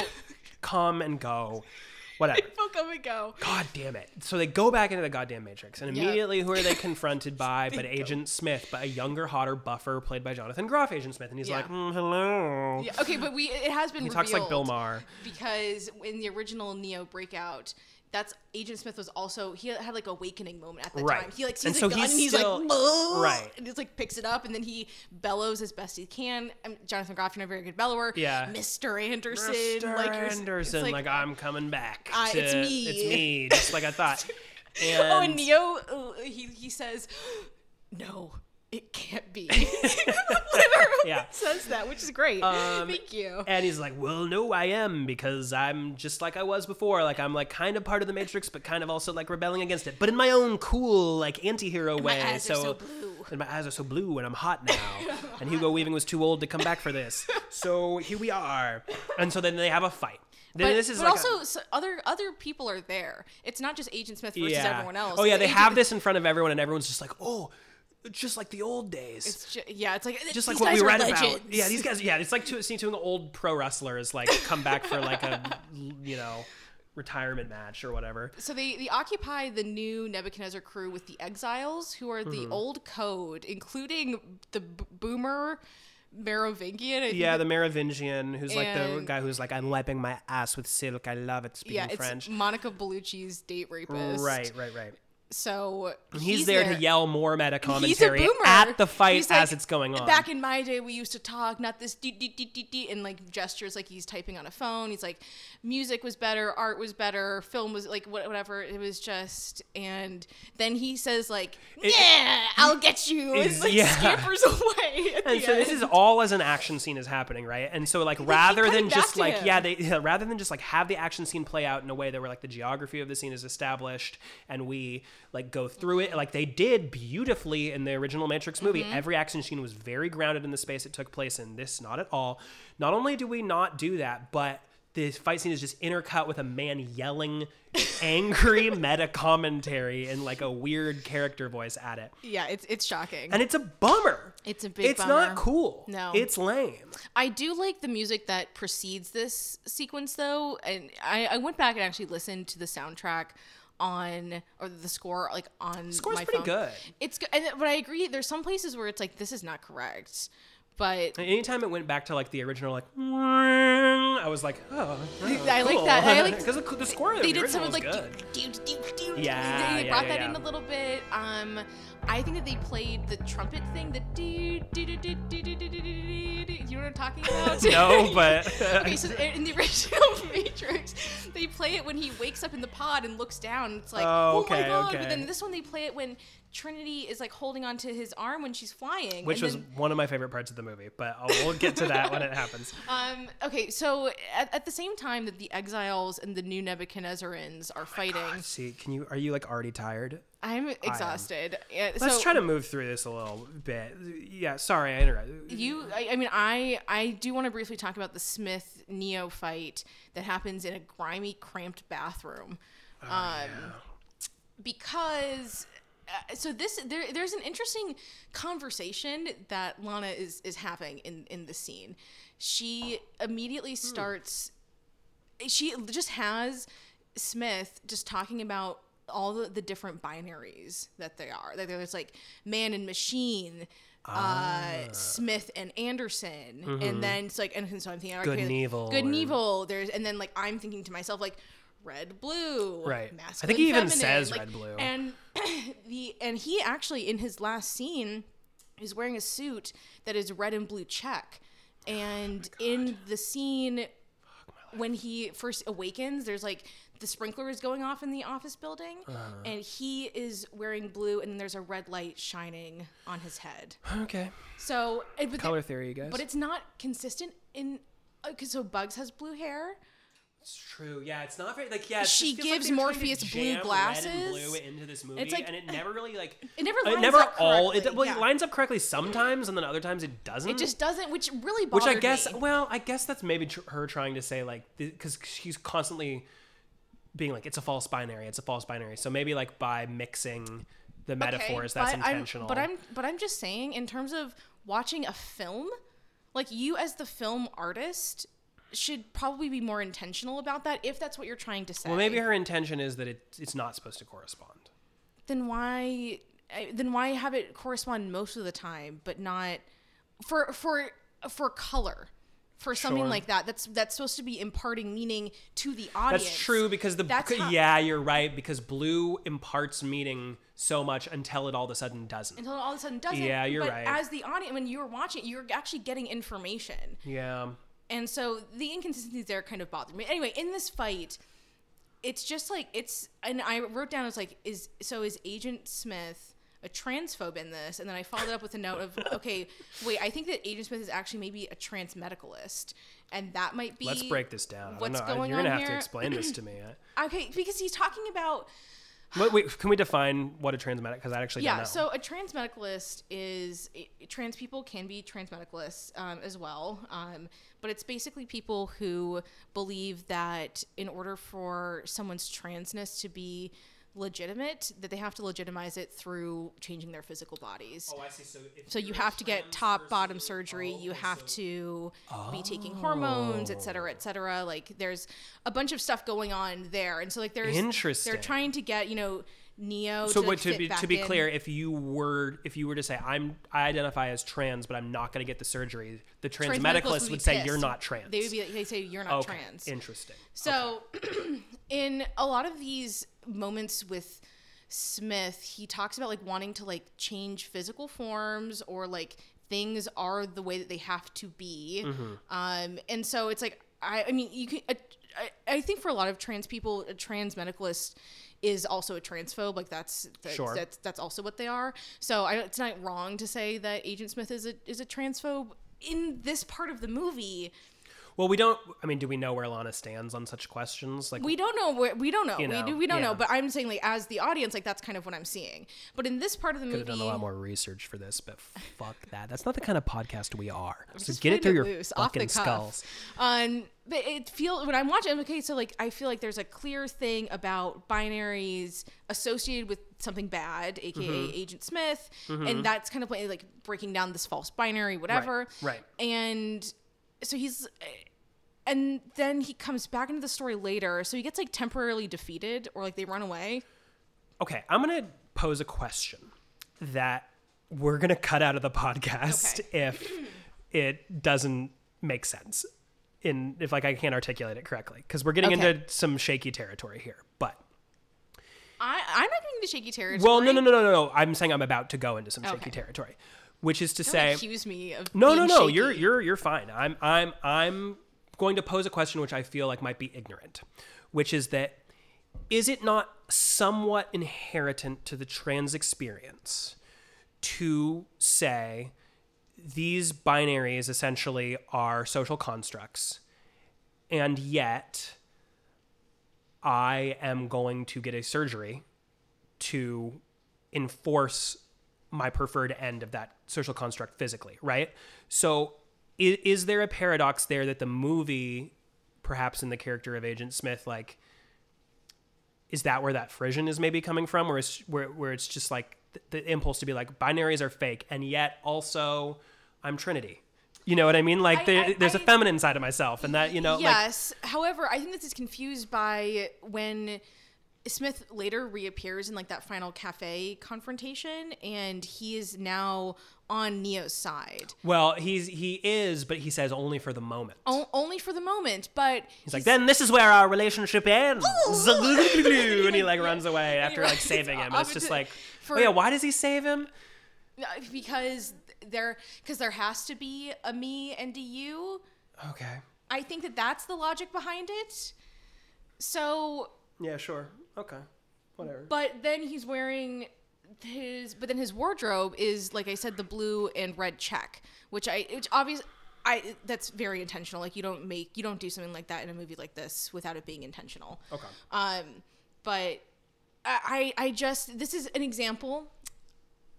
Speaker 1: come and go, whatever.
Speaker 2: people Oh, come and go.
Speaker 1: God damn it! So they go back into the goddamn matrix, and
Speaker 2: Yeah.
Speaker 1: immediately who are they confronted by? But Agent Smith, but a younger, hotter buffer played by Jonathan Groff, Agent Smith, and he's
Speaker 2: Yeah.
Speaker 1: like, "Mm, "Hello."
Speaker 2: Yeah, okay, but we it has been
Speaker 1: He talks like Bill
Speaker 2: revealed
Speaker 1: Maher.
Speaker 2: because in the original Neo breakout. That's Agent Smith was also he had like awakening moment at the
Speaker 1: Right.
Speaker 2: time. He like sees
Speaker 1: And
Speaker 2: a
Speaker 1: so
Speaker 2: gun
Speaker 1: he's
Speaker 2: and he's
Speaker 1: still-
Speaker 2: like, "Ugh,"
Speaker 1: Right.
Speaker 2: and it's like picks it up and then he bellows as best he can. Um, Jonathan Groff, you're a very good bellower.
Speaker 1: Yeah.
Speaker 2: Mister Anderson,
Speaker 1: Mr.
Speaker 2: like you're s- it's
Speaker 1: Anderson, like, I'm coming back.
Speaker 2: I-
Speaker 1: to,
Speaker 2: it's me."
Speaker 1: It's me, just like I thought. And,
Speaker 2: oh, and Neo, uh, he he says, "No, it can't be." Literally
Speaker 1: Yeah.
Speaker 2: says that, which is great. Thank you.
Speaker 1: Um, And he's like, "Well, no, I am because I'm just like I was before. Like I'm like kind of part of the Matrix, but kind of also like rebelling against it, but in my own cool like anti-hero way.
Speaker 2: eyes are
Speaker 1: so,
Speaker 2: so blue.
Speaker 1: and my eyes are so blue, and I'm hot now. and Hugo Weaving was too old to come back for this. so here we are. And so then they have a fight. Then
Speaker 2: But,
Speaker 1: this is
Speaker 2: but
Speaker 1: like a-
Speaker 2: also so other other people are there. It's not just Agent Smith versus everyone else.
Speaker 1: Oh yeah,
Speaker 2: It's
Speaker 1: they
Speaker 2: Agent-
Speaker 1: have this in front of everyone, and everyone's just like, "Oh, just like the old days."
Speaker 2: It's ju- yeah, it's like
Speaker 1: just like
Speaker 2: these
Speaker 1: what
Speaker 2: guys
Speaker 1: we
Speaker 2: are
Speaker 1: read about.
Speaker 2: legends.
Speaker 1: Yeah, these guys. Yeah, it's like to, seeing two old pro wrestlers like come back for like a you know retirement match or whatever.
Speaker 2: So they, they occupy the new Nebuchadnezzar crew with the exiles, who are
Speaker 1: Mm-hmm.
Speaker 2: the old code, including the b- boomer Merovingian. I think
Speaker 1: Yeah, the Merovingian, who's like the
Speaker 2: And-
Speaker 1: guy who's like, I'm wiping my ass with silk. I love it. Speaking
Speaker 2: yeah, it's
Speaker 1: French.
Speaker 2: Monica Bellucci's date rapist.
Speaker 1: Right, right, right.
Speaker 2: So
Speaker 1: He's, there, to yell more meta
Speaker 2: He's a
Speaker 1: commentary
Speaker 2: boomer
Speaker 1: at the fight
Speaker 2: He's like,
Speaker 1: as it's going on.
Speaker 2: Back in my day, we used to talk, not this dee dee dee dee dee, and like gestures like he's typing on a phone. He's like, music was better, art was better, film was like wha- whatever. It was just, and then he says like, yeah, I'll get you, and
Speaker 1: Ex-
Speaker 2: like
Speaker 1: yeah.
Speaker 2: scampers away. at
Speaker 1: and
Speaker 2: the
Speaker 1: so this
Speaker 2: end.
Speaker 1: is all as an action scene is happening, right? And so like rather
Speaker 2: cutting
Speaker 1: than
Speaker 2: back
Speaker 1: just
Speaker 2: to
Speaker 1: like
Speaker 2: him.
Speaker 1: yeah, they yeah, rather than just like have the action scene play out in a way that where like the geography of the scene is established and we like go through it like they did beautifully in the original Matrix movie.
Speaker 2: Mm-hmm.
Speaker 1: Every action scene was very grounded in the space it took place in. This not at all. Not only do we not do that, but the fight scene is just intercut with a man yelling angry meta commentary in like a weird character voice at it.
Speaker 2: yeah, it's it's shocking.
Speaker 1: And it's a bummer.
Speaker 2: It's a big
Speaker 1: It's
Speaker 2: bummer.
Speaker 1: not cool.
Speaker 2: No.
Speaker 1: It's lame.
Speaker 2: I do like the music that precedes this sequence, though, and I, I went back and actually listened to the soundtrack on or the score like on
Speaker 1: score's
Speaker 2: my
Speaker 1: pretty
Speaker 2: phone.
Speaker 1: good.
Speaker 2: It's good, and- but I agree. There's some places where it's like this is not correct, but
Speaker 1: Anytime it went back to like the original, like I was like, oh,
Speaker 2: I like that. I like
Speaker 1: because the, the score. of
Speaker 2: they
Speaker 1: the
Speaker 2: did some of
Speaker 1: original
Speaker 2: like
Speaker 1: was
Speaker 2: do,
Speaker 1: good.
Speaker 2: do, do, do, do.
Speaker 1: Yeah,
Speaker 2: they
Speaker 1: yeah,
Speaker 2: brought
Speaker 1: yeah,
Speaker 2: that
Speaker 1: yeah.
Speaker 2: in a little bit. Um, I think that they played the trumpet thing. The do do do do do do do do. do, do, do. You know what I'm talking about?
Speaker 1: no, but
Speaker 2: Okay, so in the original Matrix, they play it when he wakes up in the pod and looks down. It's like,
Speaker 1: Oh,
Speaker 2: oh,
Speaker 1: okay,
Speaker 2: my god!
Speaker 1: okay.
Speaker 2: But then this one, they play it when Trinity is like holding onto his arm when she's flying.
Speaker 1: which
Speaker 2: and
Speaker 1: was
Speaker 2: then-
Speaker 1: one of my favorite parts of the movie. But I'll, we'll get to that when it happens.
Speaker 2: Um, okay, so at, at the same time that the exiles and the new Nebuchadnezzarans
Speaker 1: Oh
Speaker 2: are fighting,
Speaker 1: See, can you? Are you like already tired?
Speaker 2: I'm exhausted. Yeah,
Speaker 1: Let's
Speaker 2: so
Speaker 1: try to move through this a little bit. Yeah, sorry, I interrupted.
Speaker 2: you. I, I mean, I I do want to briefly talk about the Smith Neo fight that happens in a grimy, cramped bathroom, um, because. Uh, so this there, there's an interesting conversation that Lana is is having in in the scene. She
Speaker 1: Hmm.
Speaker 2: immediately starts she just has Smith just talking about all the, the different binaries that they are. Like there's like man and machine,
Speaker 1: Ah.
Speaker 2: uh, Smith and Anderson, and then it's like and so I'm thinking okay,
Speaker 1: Mm-hmm. Good
Speaker 2: like,
Speaker 1: and evil
Speaker 2: good and
Speaker 1: or-
Speaker 2: evil. There's and then like I'm thinking to myself like red blue,
Speaker 1: Right. I think
Speaker 2: masculine,
Speaker 1: he even
Speaker 2: feminine,
Speaker 1: says
Speaker 2: like,
Speaker 1: red, blue.
Speaker 2: and the and he actually in his last scene is wearing a suit that is red and blue check. And
Speaker 1: Oh
Speaker 2: in the scene when he first awakens, there's like the sprinkler is going off in the office building,
Speaker 1: Uh-huh.
Speaker 2: and he is wearing blue, and there's a red light shining on his head.
Speaker 1: Okay,
Speaker 2: So, and- but,
Speaker 1: color theory, you guys.
Speaker 2: but it's not consistent in. uh, 'cause so Bugs has blue hair.
Speaker 1: It's true. Yeah, it's not very like yeah. it just
Speaker 2: She
Speaker 1: feels like
Speaker 2: gives
Speaker 1: they were trying to
Speaker 2: Morpheus blue
Speaker 1: jam Red and
Speaker 2: glasses.
Speaker 1: blue into this movie,
Speaker 2: like-
Speaker 1: and it never really like
Speaker 2: It never
Speaker 1: Uh, it
Speaker 2: lines
Speaker 1: never
Speaker 2: up
Speaker 1: all it,
Speaker 2: correctly,
Speaker 1: well, it
Speaker 2: yeah.
Speaker 1: lines up correctly sometimes, and then other times it doesn't.
Speaker 2: It just doesn't, which really bothers
Speaker 1: which
Speaker 2: me.
Speaker 1: I guess well, I guess that's maybe tr- her trying to say like because she's constantly being like it's a false binary, it's a false binary. So maybe like by mixing the metaphors, that's
Speaker 2: but
Speaker 1: intentional.
Speaker 2: I'm, but I'm but I'm just saying in terms of watching a film, like you as the film artist should probably be more intentional about that if that's what you're trying to say.
Speaker 1: well, maybe her intention is that it it's not supposed to correspond.
Speaker 2: then why I- then why have it correspond most of the time but not for for for color for something
Speaker 1: Sure.
Speaker 2: like that that's that's supposed to be imparting meaning to the audience.
Speaker 1: That's true because the
Speaker 2: That's how-
Speaker 1: yeah, you're right because blue imparts meaning so much until it all of a sudden doesn't.
Speaker 2: Until all of a sudden it doesn't.
Speaker 1: Yeah, you're
Speaker 2: but
Speaker 1: right.
Speaker 2: As the audience, when you're watching, you're actually getting information.
Speaker 1: yeah.
Speaker 2: And so the inconsistencies there kind of bothered me. Anyway, in this fight, it's just like it's and I wrote down it's like is so is Agent Smith a transphobe in this? And then I followed it up with a note of okay, wait, I think that Agent Smith is actually maybe a trans medicalist. And that might be
Speaker 1: Let's break this down. I
Speaker 2: What's
Speaker 1: don't know.
Speaker 2: going
Speaker 1: You're gonna
Speaker 2: on
Speaker 1: have to
Speaker 2: here?
Speaker 1: explain this to me. I-
Speaker 2: Okay, because he's talking about
Speaker 1: Wait, wait, can we define what a transmatic? Because I actually don't
Speaker 2: yeah
Speaker 1: know.
Speaker 2: so a trans medicalist is i- trans people can be trans medicalists um, as well um, but it's basically people who believe that in order for someone's transness to be legitimate that they have to legitimize it through changing their physical bodies
Speaker 1: Oh, I see. So,
Speaker 2: so you have to get top bottom surgery you have to be taking hormones et cetera
Speaker 1: Oh.
Speaker 2: et cetera like there's a bunch of stuff going on there and so like there's
Speaker 1: Interesting.
Speaker 2: they're trying to get you know neo
Speaker 1: So,
Speaker 2: to,
Speaker 1: what
Speaker 2: like,
Speaker 1: to
Speaker 2: fit
Speaker 1: be to
Speaker 2: back
Speaker 1: be
Speaker 2: in.
Speaker 1: clear, if you were if you were to say I'm I identify as trans, but I'm not going to get the surgery, the trans,
Speaker 2: Trans medicalists
Speaker 1: medicalist
Speaker 2: be
Speaker 1: would, say you're
Speaker 2: pissed.
Speaker 1: not trans.
Speaker 2: They would be like, they say you're not
Speaker 1: okay.
Speaker 2: trans.
Speaker 1: Interesting.
Speaker 2: so in a lot of these moments with Smith, he talks about like wanting to like change physical forms or like things are the way that they have to be. Um, and so it's like I, I mean you can a- I, I think for a lot of trans people, a trans medicalist is also a transphobe. Like that's that's
Speaker 1: Sure.
Speaker 2: that's, that's also what they are. So I, it's not wrong to say that Agent Smith is a is a transphobe in this part of the movie.
Speaker 1: Well, we don't. I mean, do we know where Lana stands on such questions? Like,
Speaker 2: We don't know where we don't know.
Speaker 1: know,
Speaker 2: we do we don't
Speaker 1: yeah.
Speaker 2: know. But I'm saying like as the audience, like that's kind of what I'm seeing. But in this part of the
Speaker 1: could have
Speaker 2: movie,
Speaker 1: done a lot more research for this, but fuck that. That's not the kind of podcast we are. So
Speaker 2: just
Speaker 1: get it
Speaker 2: playing
Speaker 1: through your
Speaker 2: loose, off the
Speaker 1: fucking
Speaker 2: cuff.
Speaker 1: skulls.
Speaker 2: Um, but it feel when I'm watching. I'm Okay, so like I feel like there's a clear thing about binaries associated with something bad, aka
Speaker 1: Mm-hmm.
Speaker 2: Agent Smith, and that's kind of like, like breaking down this false binary, whatever.
Speaker 1: right.
Speaker 2: And so he's. And then he comes back into the story later, so he gets like temporarily defeated, or like they run away.
Speaker 1: Okay, I'm gonna pose a question that we're gonna cut out of the podcast if it doesn't make sense. In if like I can't articulate it correctly, because we're getting
Speaker 2: Okay.
Speaker 1: into some shaky territory here. But
Speaker 2: I I'm not getting to shaky territory.
Speaker 1: well, no, no, no, no, no, no. I'm saying I'm about to go into some shaky
Speaker 2: Okay.
Speaker 1: territory, which is to
Speaker 2: Don't
Speaker 1: say,
Speaker 2: accuse me of
Speaker 1: no, no,
Speaker 2: being
Speaker 1: no.
Speaker 2: shaky.
Speaker 1: You're you're you're fine. I'm I'm I'm going to pose a question which I feel like might be ignorant, which is that is it not somewhat inherent to the trans experience to say these binaries essentially are social constructs and yet i am going to get a surgery to enforce my preferred end of that social construct physically, right? So is, is there a paradox there that the movie, perhaps in the character of Agent Smith, like, is that where that frisson is maybe coming from, where it's, where, where it's just like th- the impulse to be like, binaries are fake, and yet also I'm Trinity. You know what I mean? Like,
Speaker 2: I-
Speaker 1: there,
Speaker 2: I-
Speaker 1: there's a
Speaker 2: I-
Speaker 1: feminine side of myself, and that, you know, like,
Speaker 2: yes. However, I think this is confused by when Smith later reappears in like that final cafe confrontation, and he is now on Neo's side,
Speaker 1: well, he's he is, but he says only for the moment.
Speaker 2: o- only for the moment. But
Speaker 1: He's like, then this is where our relationship ends. and he like runs away after like
Speaker 2: runs
Speaker 1: saving him. And
Speaker 2: off
Speaker 1: it's just
Speaker 2: into-
Speaker 1: like,
Speaker 2: for-
Speaker 1: oh yeah, why does he save him?
Speaker 2: uh, because there, because there has to be a me and a you.
Speaker 1: Okay.
Speaker 2: I think that that's the logic behind it. So,
Speaker 1: Yeah, sure. Okay. Whatever.
Speaker 2: but then he's wearing his, but then his wardrobe is like I said, the blue and red check, which I, which obvious, I that's very intentional. Like you don't make, you don't do something like that in a movie like this without it being intentional.
Speaker 1: Okay.
Speaker 2: Um, but I, I I just this is an example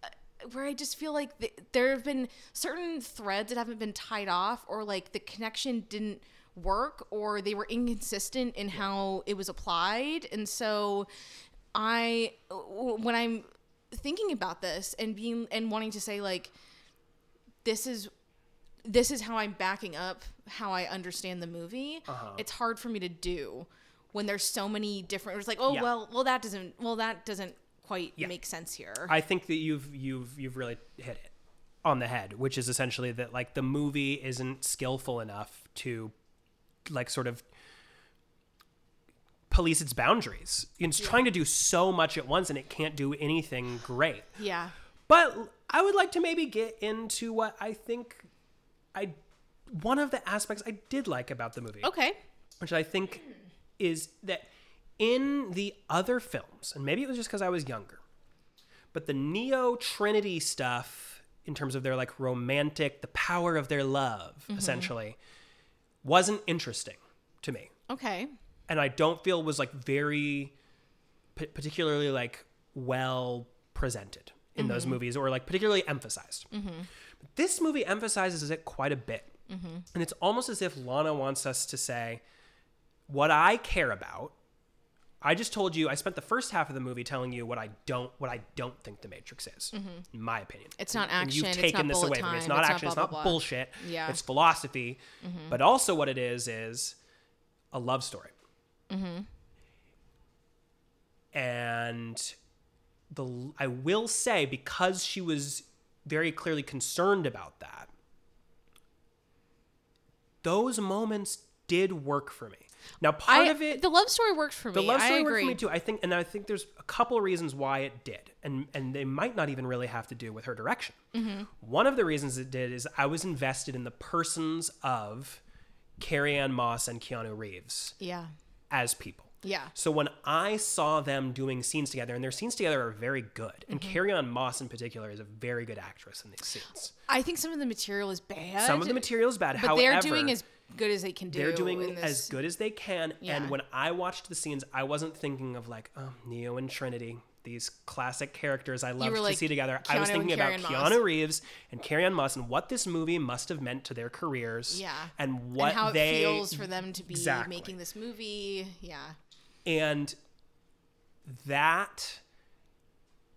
Speaker 2: uh, where I just feel like th- there have been certain threads that haven't been tied off, or like the connection didn't work, or they were inconsistent in how it was applied, and so I, w- when I'm thinking about this and being and wanting to say like, this is this is how I'm backing up how I understand the movie. It's hard for me to do when there's so many different. It's like, oh
Speaker 1: Yeah.
Speaker 2: well, well that doesn't, well that doesn't quite make sense here.
Speaker 1: I think that you've you've you've really hit it on the head, which is essentially that like the movie isn't skillful enough to like sort of police its boundaries. It's trying to do so much at once and it can't do anything great.
Speaker 2: yeah,
Speaker 1: But I would like to maybe get into what I think I one of the aspects I did like about the movie,
Speaker 2: okay,
Speaker 1: which I think is that in the other films, and maybe it was just because I was younger, but the Neo Trinity stuff in terms of their like romantic, the power of their love, essentially, wasn't interesting to me
Speaker 2: okay,
Speaker 1: and I don't feel was like very p- particularly like well presented in those
Speaker 2: Mm-hmm.
Speaker 1: movies or like particularly emphasized. But this movie emphasizes it quite a bit.
Speaker 2: Mm-hmm.
Speaker 1: And it's almost as if Lana wants us to say, what I care about. I just told you I spent the first half of the movie telling you what I don't what I don't think the Matrix is, in my opinion.
Speaker 2: Mm-hmm. It's not
Speaker 1: And
Speaker 2: action, it's not bullet
Speaker 1: from me. It's
Speaker 2: time,
Speaker 1: not
Speaker 2: it's not
Speaker 1: action.
Speaker 2: blah,
Speaker 1: it's
Speaker 2: blah,
Speaker 1: not
Speaker 2: blah.
Speaker 1: bullshit.
Speaker 2: Yeah. Mm-hmm.
Speaker 1: It's philosophy. But also, what it is is a love story.
Speaker 2: Mm-hmm.
Speaker 1: And the I will say because she was very clearly concerned about that. Those moments did work for me. Now, part
Speaker 2: I,
Speaker 1: of it,
Speaker 2: the love story worked for me.
Speaker 1: the love
Speaker 2: I
Speaker 1: story
Speaker 2: agree.
Speaker 1: worked for me too. I think, and I think there's a couple of reasons why it did, and and they might not even really have to do with her direction.
Speaker 2: Mm-hmm.
Speaker 1: One of the reasons it did is I was invested in the persons of Carrie Ann Moss and Keanu Reeves
Speaker 2: Yeah,
Speaker 1: as people.
Speaker 2: yeah,
Speaker 1: So when I saw them doing scenes together, and their scenes together are very good,
Speaker 2: Mm-hmm.
Speaker 1: and Carrie Ann Moss in particular is a very good actress in these scenes.
Speaker 2: I think some of the material is bad.
Speaker 1: Some of the material is bad,
Speaker 2: Uh, but
Speaker 1: however,
Speaker 2: they're doing as good as they can do.
Speaker 1: they're doing
Speaker 2: in this.
Speaker 1: as good as they can.
Speaker 2: Yeah.
Speaker 1: And when I watched the scenes, I wasn't thinking of like oh, Neo and Trinity, these classic characters I love
Speaker 2: were
Speaker 1: to
Speaker 2: like
Speaker 1: see together. I was
Speaker 2: Keanu and
Speaker 1: thinking about
Speaker 2: Carrie-Anne Moss.
Speaker 1: Keanu Reeves and Carrie Ann Moss and what this movie must have meant to their careers.
Speaker 2: Yeah.
Speaker 1: and what
Speaker 2: and how
Speaker 1: they
Speaker 2: it feels for them to be
Speaker 1: Exactly.
Speaker 2: making this movie. Yeah,
Speaker 1: and that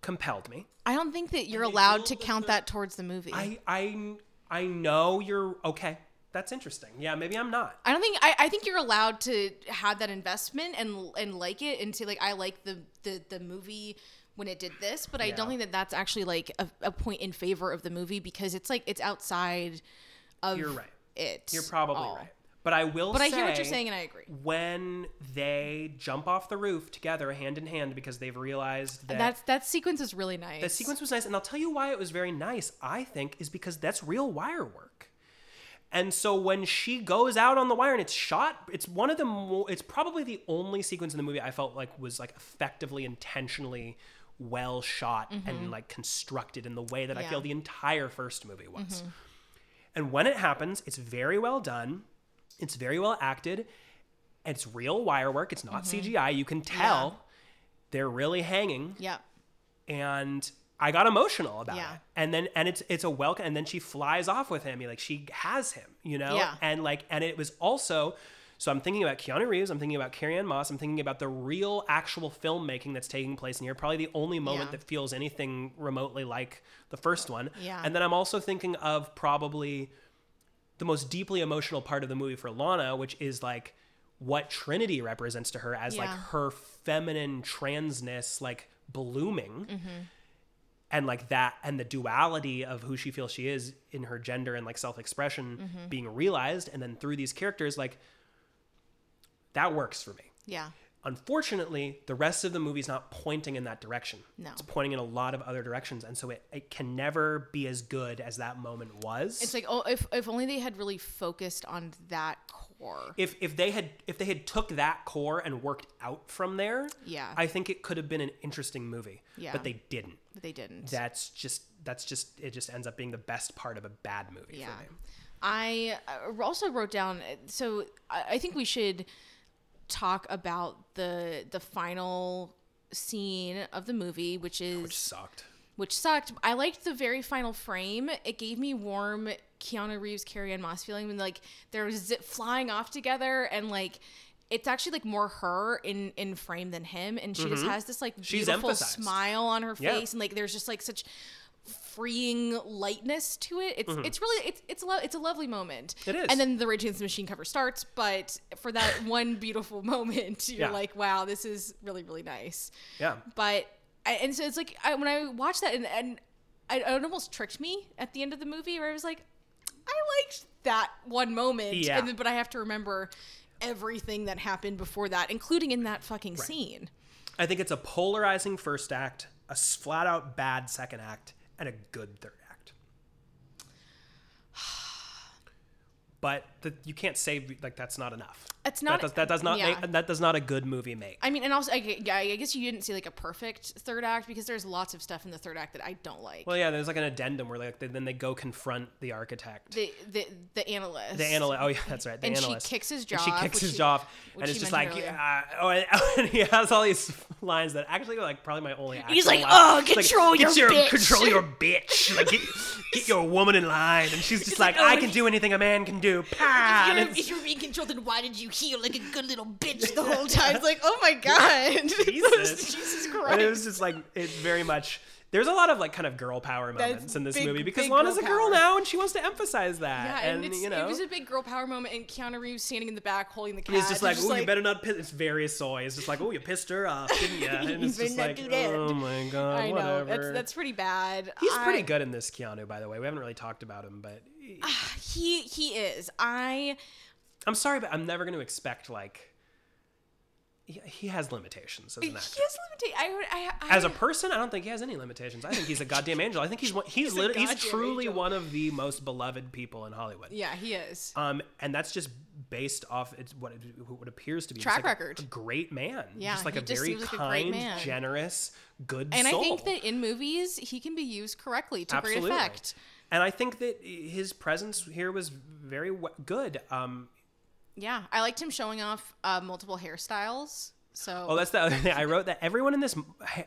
Speaker 1: compelled me.
Speaker 2: I don't think that you're allowed to count that towards the movie.
Speaker 1: I I I know you're okay. That's interesting. Yeah, maybe I'm not.
Speaker 2: I don't think I, I think you're allowed to have that investment and and like it and say like I like the the, the movie when it did this, but I don't
Speaker 1: Yeah.
Speaker 2: think that that's actually like a, a point in favor of the movie because it's like it's outside of
Speaker 1: You're right.
Speaker 2: it.
Speaker 1: You're probably
Speaker 2: all.
Speaker 1: right. But I will
Speaker 2: But
Speaker 1: say
Speaker 2: I hear what you're saying and I agree.
Speaker 1: when they jump off the roof together hand in hand because they've realized that
Speaker 2: That's that sequence is really nice.
Speaker 1: the sequence was nice and I'll tell you why it was very nice I think is because that's real wire work And so when she goes out on the wire and it's shot, it's one of the mo- it's probably the only sequence in the movie I felt like was like effectively intentionally well shot and like constructed in the way that I
Speaker 2: Mm-hmm. Yeah.
Speaker 1: feel the entire first movie was. Mm-hmm. And when it happens, it's very well done. It's very well acted. and It's real wire work. It's not
Speaker 2: Mm-hmm.
Speaker 1: CGI. You can tell they're really hanging
Speaker 2: Yep.
Speaker 1: and I got emotional about
Speaker 2: Yeah.
Speaker 1: it. And then and it's it's a welcome and then she flies off with him. Like she has him, you know?
Speaker 2: Yeah.
Speaker 1: And like and it was also so I'm thinking about Keanu Reeves, I'm thinking about Carrie Ann Moss, I'm thinking about the real actual filmmaking that's taking place in here. Probably the only moment
Speaker 2: Yeah.
Speaker 1: that feels anything remotely like the first one.
Speaker 2: Yeah.
Speaker 1: And then I'm also thinking of probably the most deeply emotional part of the movie for Lana, which is like what Trinity represents to her as like
Speaker 2: Yeah.
Speaker 1: her feminine transness like blooming
Speaker 2: Mm-hmm.
Speaker 1: and like that and the duality of who she feels she is in her gender and like self-expression
Speaker 2: Mm-hmm.
Speaker 1: being realized and then through these characters like that works for me
Speaker 2: Yeah.
Speaker 1: unfortunately, the rest of the movie's not pointing in that direction.
Speaker 2: No.
Speaker 1: It's pointing in a lot of other directions. And so it, it can never be as good as that moment was.
Speaker 2: It's like oh, if if only they had really focused on that core.
Speaker 1: if if they had if they had took that core and worked out from there,
Speaker 2: Yeah.
Speaker 1: I think it could have been an interesting movie.
Speaker 2: Yeah.
Speaker 1: But they didn't.
Speaker 2: but they didn't.
Speaker 1: That's just that's just it just ends up being the best part of a bad movie
Speaker 2: yeah.
Speaker 1: for me.
Speaker 2: I uh, also wrote down. So I, I think we should talk about the the final scene of the movie, which is
Speaker 1: Which sucked.
Speaker 2: which sucked. I liked the very final frame. It gave me warm Keanu Reeves, Carrie Ann Moss feeling when like they're zip flying off together and like it's actually like more her in in frame than him, and she just has this like
Speaker 1: Mm-hmm. She's
Speaker 2: beautiful
Speaker 1: emphasized.
Speaker 2: smile on her
Speaker 1: Yeah.
Speaker 2: face, and like there's just like such freeing lightness to it. It's it's really it's it's a lo- it's a lovely moment.
Speaker 1: Mm-hmm. It is.
Speaker 2: And then the Rage Against the Machine cover starts, but for that one beautiful moment, you're
Speaker 1: Yeah.
Speaker 2: like, wow, this is really really nice
Speaker 1: Yeah.
Speaker 2: but I- and so it's like I, when I watched that and, and I, it almost tricked me at the end of the movie where I was like, I liked that one moment,
Speaker 1: Yeah.
Speaker 2: and then, but I have to remember everything that happened before that, including in that fucking scene.
Speaker 1: I think it's a polarizing first act, a flat out bad second act, and a good third act. But the, you can't say like that's not enough.
Speaker 2: It's not-
Speaker 1: that does, that does not
Speaker 2: yeah.
Speaker 1: make, that does not a good movie make.
Speaker 2: I mean, and also, I, gu- yeah, I guess you didn't see like a perfect third act because there's lots of stuff in the third act that I don't like.
Speaker 1: well, yeah, there's like an addendum where like they, then they go confront the architect, the,
Speaker 2: the the the analyst,
Speaker 1: analyst. Oh yeah, that's right. The
Speaker 2: And she
Speaker 1: analyst.
Speaker 2: kicks his
Speaker 1: And
Speaker 2: jaw
Speaker 1: she
Speaker 2: off,
Speaker 1: kicks
Speaker 2: which
Speaker 1: his
Speaker 2: she-
Speaker 1: jaw, off, and
Speaker 2: which
Speaker 1: it's
Speaker 2: she
Speaker 1: just like
Speaker 2: mentioned
Speaker 1: yeah. Oh, and, and he has all these lines that actually are like probably my only.
Speaker 2: he's
Speaker 1: actual
Speaker 2: like,
Speaker 1: laugh.
Speaker 2: "Oh,
Speaker 1: It's
Speaker 2: control
Speaker 1: get
Speaker 2: your bitch."
Speaker 1: control your bitch, like get, get your woman in line. And she's just like,
Speaker 2: like, "Oh,
Speaker 1: I
Speaker 2: if
Speaker 1: can
Speaker 2: you-
Speaker 1: do anything a man can do. Pah!
Speaker 2: If
Speaker 1: And
Speaker 2: you're,
Speaker 1: it's-
Speaker 2: if you're being controlled, then why did you heal like a good little bitch the whole time? It's like, oh my god,
Speaker 1: Jesus.
Speaker 2: Jesus
Speaker 1: And it
Speaker 2: Christ.
Speaker 1: was just like it very much. There's a lot of like kind of girl power moments in this
Speaker 2: big-
Speaker 1: movie because
Speaker 2: big
Speaker 1: Lana's a
Speaker 2: girl
Speaker 1: girl
Speaker 2: power.
Speaker 1: now and she wants to emphasize that.
Speaker 2: Yeah, and,
Speaker 1: and,
Speaker 2: it's,
Speaker 1: you know,
Speaker 2: it was a big girl power moment, and Keanu Reeves standing in the back holding the cat.
Speaker 1: He's just like, oh, you better not piss. It's very soy. It's just like, oh, you pissed her off, didn't you? And it's
Speaker 2: better
Speaker 1: just
Speaker 2: not
Speaker 1: like,
Speaker 2: do that.
Speaker 1: oh my god,
Speaker 2: I know
Speaker 1: whatever.
Speaker 2: that's that's pretty bad.
Speaker 1: He's pretty
Speaker 2: I-
Speaker 1: good in this, Keanu. By the way, we haven't really talked about him, but
Speaker 2: He he is. I
Speaker 1: I'm sorry, but I'm never going to expect like he, he has limitations as
Speaker 2: he
Speaker 1: an
Speaker 2: has
Speaker 1: actor.
Speaker 2: limitations. I, would- I, I
Speaker 1: As a person, I don't think he has any limitations. I think he's a goddamn angel. I think he's one, he's
Speaker 2: a
Speaker 1: lit- he's
Speaker 2: goddamn
Speaker 1: truly
Speaker 2: angel.
Speaker 1: one of the most beloved people in Hollywood.
Speaker 2: yeah, he is.
Speaker 1: Um, and that's just based off it's what it, what appears to be just
Speaker 2: Track
Speaker 1: like
Speaker 2: record.
Speaker 1: A, great man.
Speaker 2: Yeah,
Speaker 1: just like
Speaker 2: he
Speaker 1: a
Speaker 2: just
Speaker 1: very
Speaker 2: seems like a great
Speaker 1: kind,
Speaker 2: man.
Speaker 1: generous, good
Speaker 2: and
Speaker 1: soul.
Speaker 2: I think that in movies he can be used correctly to
Speaker 1: Absolutely.
Speaker 2: great effect.
Speaker 1: And I think that his presence here was very w- good. Um,
Speaker 2: Yeah, I liked him showing off uh, multiple hairstyles. So
Speaker 1: oh, that's the other thing. I wrote that everyone in this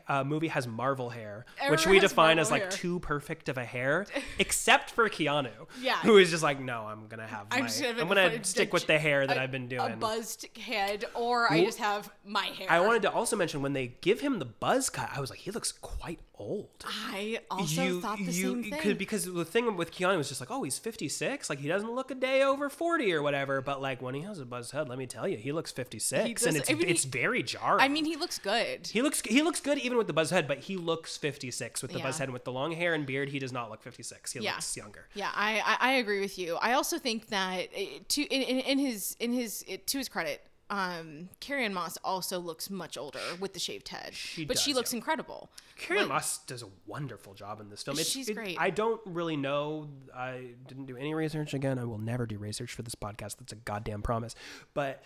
Speaker 1: uh, movie has Marvel hair, which
Speaker 2: Everyone
Speaker 1: we
Speaker 2: has
Speaker 1: define
Speaker 2: Marvel
Speaker 1: as like
Speaker 2: hair.
Speaker 1: too perfect of a hair, except for Keanu,
Speaker 2: Yeah.
Speaker 1: who is just like, no, I'm gonna have, my,
Speaker 2: I'm just gonna,
Speaker 1: I'm gonna stick with the hair that i
Speaker 2: i
Speaker 1: I've been
Speaker 2: A
Speaker 1: doing.
Speaker 2: buzzed head, or I just have my hair.
Speaker 1: I wanted to also mention when they give him the buzz cut, I was like, he looks quite old.
Speaker 2: I also thought the same thing.
Speaker 1: Could, because the thing with Keanu was just like, oh, he's 56. Like, he doesn't look a day over 40 or whatever. But, like, when he has a buzzed head, let me tell you, he looks 56. and
Speaker 2: does-
Speaker 1: it's,
Speaker 2: I mean, he-
Speaker 1: it's very jarring.
Speaker 2: I mean, he looks good.
Speaker 1: he looks he looks good even with the buzzed head, but he looks 56 with the
Speaker 2: Yeah.
Speaker 1: buzzed head and with the long hair and beard. He does not look 56. He
Speaker 2: Yeah.
Speaker 1: looks younger.
Speaker 2: Yeah, I, I I agree with you. I also think that eh, to in, in, in his in his eh, to his credit, um, Carrie Moss also looks much older with the shaved head, but she
Speaker 1: does,
Speaker 2: looks incredible.
Speaker 1: Carrie Moss does a wonderful job in this film. It's,
Speaker 2: She's
Speaker 1: it-
Speaker 2: great.
Speaker 1: I don't really know. I didn't do any research. Again, I will never do research for this podcast. That's a goddamn promise. But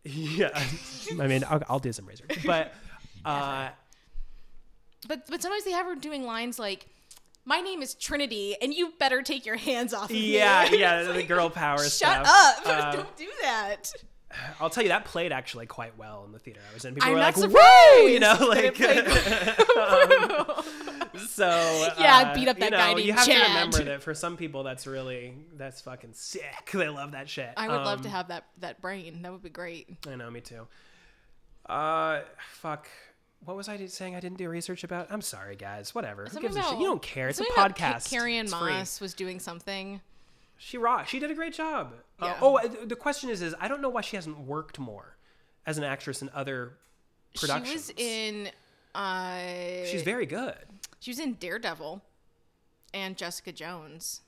Speaker 1: yeah, I mean, I'll, I'll do some research. But uh,
Speaker 2: But but sometimes they have her doing lines like, "My name is Trinity, and you better take your hands off." Of
Speaker 1: yeah,
Speaker 2: me.
Speaker 1: yeah, the girl power
Speaker 2: Shut
Speaker 1: stuff.
Speaker 2: up!
Speaker 1: Uh,
Speaker 2: Don't do that.
Speaker 1: I'll tell you that played actually quite well in the theater I was in. People
Speaker 2: I'm
Speaker 1: were like,
Speaker 2: not
Speaker 1: "Whoa!" You know, like
Speaker 2: surprised that
Speaker 1: um, so.
Speaker 2: Yeah,
Speaker 1: uh,
Speaker 2: beat up
Speaker 1: you
Speaker 2: that
Speaker 1: know,
Speaker 2: guy named
Speaker 1: You have
Speaker 2: Chad.
Speaker 1: to remember that for some people, that's really that's fucking sick. They love that shit.
Speaker 2: I would love
Speaker 1: Um,
Speaker 2: to have that that brain. That would be great.
Speaker 1: I know, me too. Uh, fuck. What was I did- saying? I didn't do research about. I'm sorry, guys. Whatever. Who gives a shit? You don't care. It's a
Speaker 2: something about Ca-
Speaker 1: podcast.
Speaker 2: Carrie Ann
Speaker 1: It's free.
Speaker 2: Moss was doing something.
Speaker 1: She rocked. She did a great job. Uh,
Speaker 2: Yeah.
Speaker 1: oh, uh, the question is, is I don't know why she hasn't worked more as an actress in other
Speaker 2: She
Speaker 1: productions.
Speaker 2: was in. Uh,
Speaker 1: She's very good.
Speaker 2: She was in Daredevil and Jessica Jones,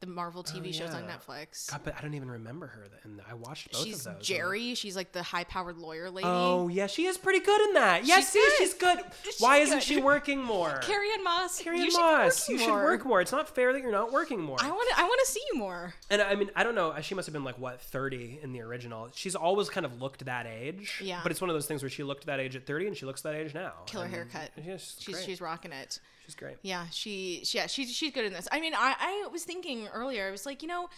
Speaker 2: the Marvel TV shows on
Speaker 1: Oh, yeah.
Speaker 2: Netflix.
Speaker 1: God, Uh, but I don't even remember her. th- And I watched both
Speaker 2: She's
Speaker 1: of those.
Speaker 2: Jerry. She's like the high powered lawyer lady.
Speaker 1: Oh yeah, she is pretty good in that. Yes,
Speaker 2: She's
Speaker 1: see,
Speaker 2: good.
Speaker 1: she's good. Why
Speaker 2: She's
Speaker 1: isn't
Speaker 2: good.
Speaker 1: she working more?
Speaker 2: Carrie Ann Moss.
Speaker 1: Carrie
Speaker 2: you
Speaker 1: Ann
Speaker 2: should be
Speaker 1: Moss,
Speaker 2: working
Speaker 1: you should
Speaker 2: more.
Speaker 1: work more. It's not fair that you're not working more.
Speaker 2: I want to. I want to see you more.
Speaker 1: And I mean, I don't know. She must have been like what thirty in the original. She's always kind of looked that age.
Speaker 2: Yeah.
Speaker 1: But it's one of those things where she looked that age at thirty, and she looks that age now.
Speaker 2: Killer
Speaker 1: And-
Speaker 2: haircut.
Speaker 1: Yeah, she's,
Speaker 2: She's
Speaker 1: great.
Speaker 2: she's rocking it.
Speaker 1: She's great.
Speaker 2: Yeah, she, she yeah she's she's good in this. I mean, I I was thinking earlier. I was like, you know,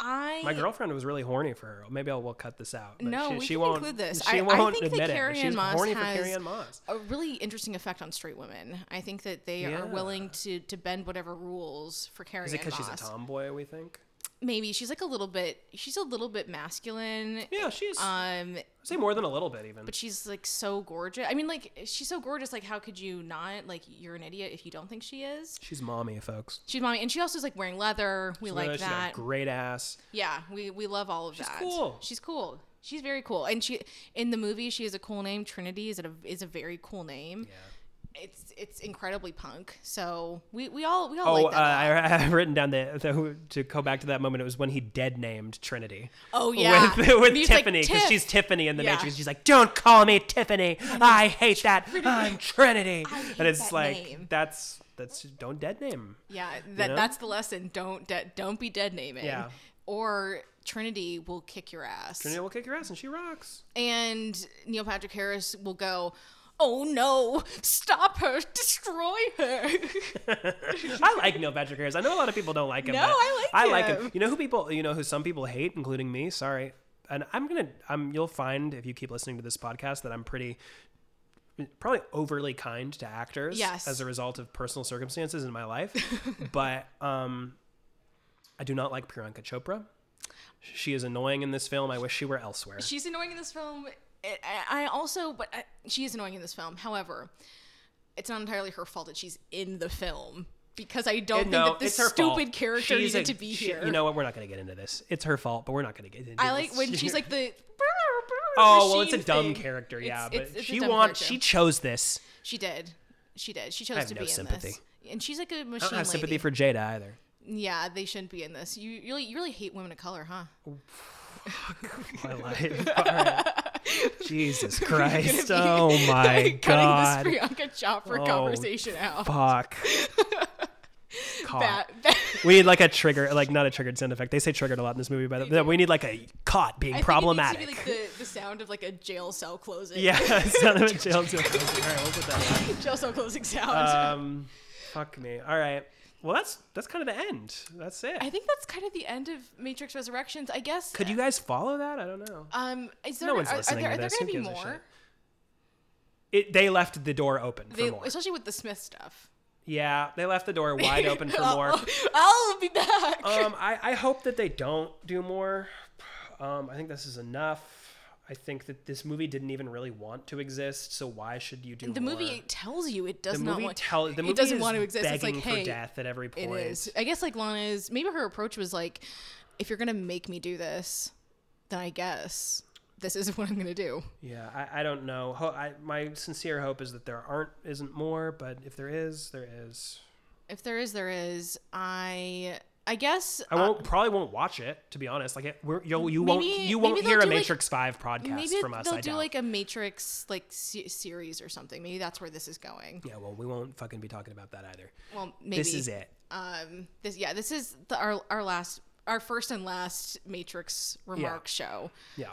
Speaker 2: I
Speaker 1: My girlfriend was really horny for her. Maybe I will cut this out. but
Speaker 2: No,
Speaker 1: she,
Speaker 2: we
Speaker 1: she
Speaker 2: can
Speaker 1: won't
Speaker 2: include this.
Speaker 1: She
Speaker 2: I- I
Speaker 1: won't
Speaker 2: think that
Speaker 1: admit it.
Speaker 2: Carrie
Speaker 1: but
Speaker 2: Ann
Speaker 1: she's
Speaker 2: Moss
Speaker 1: horny
Speaker 2: has-
Speaker 1: for Carrie Ann Moss.
Speaker 2: a really interesting effect on straight women. I think that they
Speaker 1: Yeah.
Speaker 2: are willing to to bend whatever rules for Carrie.
Speaker 1: Is it
Speaker 2: Ann
Speaker 1: because she's a
Speaker 2: Moss.
Speaker 1: tomboy? We think.
Speaker 2: Maybe she's like a little bit. She's a little bit masculine.
Speaker 1: Yeah, she's.
Speaker 2: Um,
Speaker 1: say more than a little bit, even.
Speaker 2: but she's like so gorgeous. I mean, like she's so gorgeous. Like, how could you not? Like, you're an idiot if you don't think she is.
Speaker 1: she's mommy, folks.
Speaker 2: She's mommy, and she also is like wearing leather. We like
Speaker 1: she's got
Speaker 2: that.
Speaker 1: a great ass.
Speaker 2: Yeah, we we love all of that.
Speaker 1: cool.
Speaker 2: She's cool. She's very cool, and she in the movie she has a cool name. Trinity is a is a very cool name. It's it's incredibly punk. So we we all we all
Speaker 1: Oh,
Speaker 2: like
Speaker 1: uh,
Speaker 2: that. a lot.
Speaker 1: I, I've written down the, the to go back to that moment. It was when he dead named Trinity.
Speaker 2: Oh, yeah.
Speaker 1: with, with
Speaker 2: And he's like,
Speaker 1: Tiffany because
Speaker 2: "Tiff."
Speaker 1: she's Tiffany in the
Speaker 2: Yeah.
Speaker 1: Matrix. She's like, "Don't call me Tiffany. I hate that. I'm Trinity."
Speaker 2: hate
Speaker 1: and it's
Speaker 2: that
Speaker 1: like
Speaker 2: name.
Speaker 1: that's that's don't dead name.
Speaker 2: yeah, that
Speaker 1: know?
Speaker 2: that's the lesson. Don't de- don't be dead naming.
Speaker 1: Yeah.
Speaker 2: Or Trinity will kick your ass.
Speaker 1: Trinity will kick your ass, and she rocks.
Speaker 2: and Neil Patrick Harris will go, "Oh no, stop her, destroy her."
Speaker 1: I like Neil Patrick Harris. I know a lot of people don't like him.
Speaker 2: No,
Speaker 1: but
Speaker 2: I like
Speaker 1: I like him.
Speaker 2: him.
Speaker 1: You know who people, you know who some people hate, including me. Sorry, and I'm gonna. I'm. You'll find if you keep listening to this podcast that I'm pretty, probably overly kind to actors.
Speaker 2: Yes.
Speaker 1: As a result of personal circumstances in my life, but um, I do not like Priyanka Chopra. She is annoying in this film. I wish she were elsewhere.
Speaker 2: She's annoying in this film. I- I I also, but I, she is annoying in this film. However, it's not entirely her fault that she's in the film because I don't think
Speaker 1: no,
Speaker 2: that
Speaker 1: it's
Speaker 2: this
Speaker 1: her fault.
Speaker 2: stupid character
Speaker 1: She's
Speaker 2: needed
Speaker 1: a-
Speaker 2: to be
Speaker 1: she-
Speaker 2: here.
Speaker 1: You know what? We're not going to get into this. It's her fault, but we're not going to get into
Speaker 2: I
Speaker 1: this.
Speaker 2: like when she's like the.
Speaker 1: Oh well, it's a
Speaker 2: machine
Speaker 1: dumb
Speaker 2: thing.
Speaker 1: character,
Speaker 2: It's-
Speaker 1: yeah.
Speaker 2: it's-
Speaker 1: but
Speaker 2: it's a
Speaker 1: she
Speaker 2: dumb
Speaker 1: wants,
Speaker 2: character.
Speaker 1: she chose this.
Speaker 2: She did. She did. She chose
Speaker 1: have
Speaker 2: to
Speaker 1: no
Speaker 2: be in
Speaker 1: sympathy.
Speaker 2: this. And she's like a machine
Speaker 1: I don't have sympathy
Speaker 2: lady.
Speaker 1: for Jada either.
Speaker 2: Yeah, they shouldn't be in this. You you really you really hate women of color, huh?
Speaker 1: My life. All right. Jesus Christ!
Speaker 2: be
Speaker 1: Oh my
Speaker 2: Cutting
Speaker 1: God!
Speaker 2: this Priyanka Chopra
Speaker 1: Oh,
Speaker 2: conversation out.
Speaker 1: Fuck. Caught.
Speaker 2: That, that-
Speaker 1: We need like a trigger, like not a triggered sound effect. They say triggered a lot in this movie, but we need like a caught being
Speaker 2: I think it needs to be,
Speaker 1: problematic.
Speaker 2: like the, the sound of like a jail cell closing.
Speaker 1: yeah, sound of a jail cell. All right, we'll put that.
Speaker 2: jail cell closing sound.
Speaker 1: Um, fuck me. All right. Well, that's that's kind of the end. That's it.
Speaker 2: I think that's kind of the end of Matrix Resurrections. I guess.
Speaker 1: Could you guys follow that? I don't know.
Speaker 2: Um, is there,
Speaker 1: No one's
Speaker 2: are,
Speaker 1: listening
Speaker 2: are there,
Speaker 1: to this.
Speaker 2: Are
Speaker 1: Who
Speaker 2: there going to
Speaker 1: gives
Speaker 2: be
Speaker 1: a
Speaker 2: more?
Speaker 1: shit? It, they left the door open for
Speaker 2: They,
Speaker 1: more.
Speaker 2: especially with the Smith stuff.
Speaker 1: Yeah, they left the door wide open for
Speaker 2: I'll-
Speaker 1: more. Oh, um,
Speaker 2: I'll be back.
Speaker 1: I, I hope that they don't do more. Um, I think this is enough. I think that this movie didn't even really want to exist, so why should you do
Speaker 2: the
Speaker 1: more?
Speaker 2: movie tells you it does
Speaker 1: the
Speaker 2: not
Speaker 1: movie
Speaker 2: want
Speaker 1: tell the movie
Speaker 2: it doesn't
Speaker 1: is
Speaker 2: want to exist. It's
Speaker 1: begging
Speaker 2: like,
Speaker 1: for
Speaker 2: hey,
Speaker 1: death at every
Speaker 2: It
Speaker 1: point.
Speaker 2: is. I guess like Lana's maybe her approach was like, if you're gonna make me do this, then I guess this is what I'm gonna do.
Speaker 1: Yeah, I, I don't know. Ho- I, my sincere hope is that there aren't isn't more, but if there is, there is.
Speaker 2: If there is, there is. I I guess
Speaker 1: I won't probably won't watch it to be honest. Like it, we're, you'll, you won't
Speaker 2: Maybe-
Speaker 1: you
Speaker 2: maybe
Speaker 1: won't
Speaker 2: they'll
Speaker 1: hear a
Speaker 2: do, like-
Speaker 1: Matrix Five podcast
Speaker 2: uh, maybe
Speaker 1: from us.
Speaker 2: they'll
Speaker 1: I
Speaker 2: do
Speaker 1: doubt.
Speaker 2: like a Matrix like se- series or something. Maybe that's where this is going.
Speaker 1: yeah, well, we won't fucking be talking about that either.
Speaker 2: Well, maybe
Speaker 1: This is it.
Speaker 2: Um, this yeah, this is the, our our last our first and last Matrix remark show.
Speaker 1: Yeah.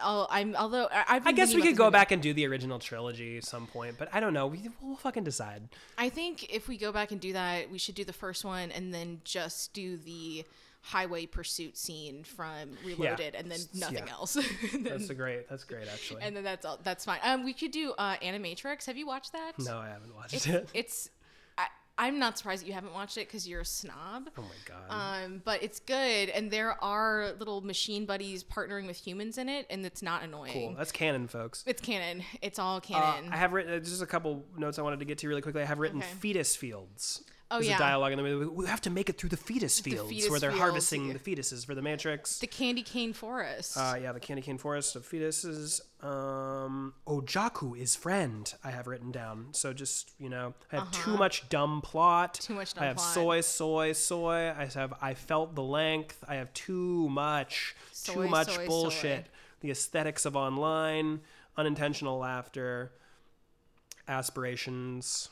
Speaker 2: I'll, I'm although I, I've
Speaker 1: I
Speaker 2: been
Speaker 1: guess
Speaker 2: thinking
Speaker 1: we could
Speaker 2: Um, about this
Speaker 1: go
Speaker 2: movie.
Speaker 1: back and do the original trilogy at some point, but I don't know. We, we'll fucking decide.
Speaker 2: I think if we go back and do that, we should do the first one and then just do the highway pursuit scene from Reloaded and then nothing
Speaker 1: yeah.
Speaker 2: else. and, then,
Speaker 1: That's a great. That's great, actually.
Speaker 2: and then that's all. That's fine. Um, we could do uh, Animatrix. Have you watched that?
Speaker 1: no, I haven't watched
Speaker 2: It's,
Speaker 1: it.
Speaker 2: it's I, I'm not surprised that you haven't watched it because you're a snob.
Speaker 1: Oh my god.
Speaker 2: Um, but it's good, and there are little machine buddies partnering with humans in it, and it's not annoying.
Speaker 1: cool. That's canon, folks.
Speaker 2: It's canon. It's all
Speaker 1: Uh,
Speaker 2: canon.
Speaker 1: I have written uh, just a couple notes I wanted to get to really quickly. I have written
Speaker 2: Okay.
Speaker 1: fetus fields.
Speaker 2: Oh,
Speaker 1: There's
Speaker 2: yeah.
Speaker 1: a dialogue in the movie. We have to make it through the fetus fields
Speaker 2: fetus
Speaker 1: where they're
Speaker 2: fields,
Speaker 1: harvesting
Speaker 2: yeah.
Speaker 1: the fetuses for the Matrix.
Speaker 2: the candy cane forest.
Speaker 1: Uh, yeah, the candy cane forest of fetuses. Um, Ojaku is friend. I have written down. So just you know, I have too much dumb plot. Too
Speaker 2: Uh-huh. much
Speaker 1: I
Speaker 2: dumb
Speaker 1: have
Speaker 2: plot.
Speaker 1: soy, soy, soy. I have I felt the length. I have too much,
Speaker 2: Soy,
Speaker 1: too much
Speaker 2: soy,
Speaker 1: bullshit.
Speaker 2: soy.
Speaker 1: The aesthetics of online, unintentional laughter, aspirations.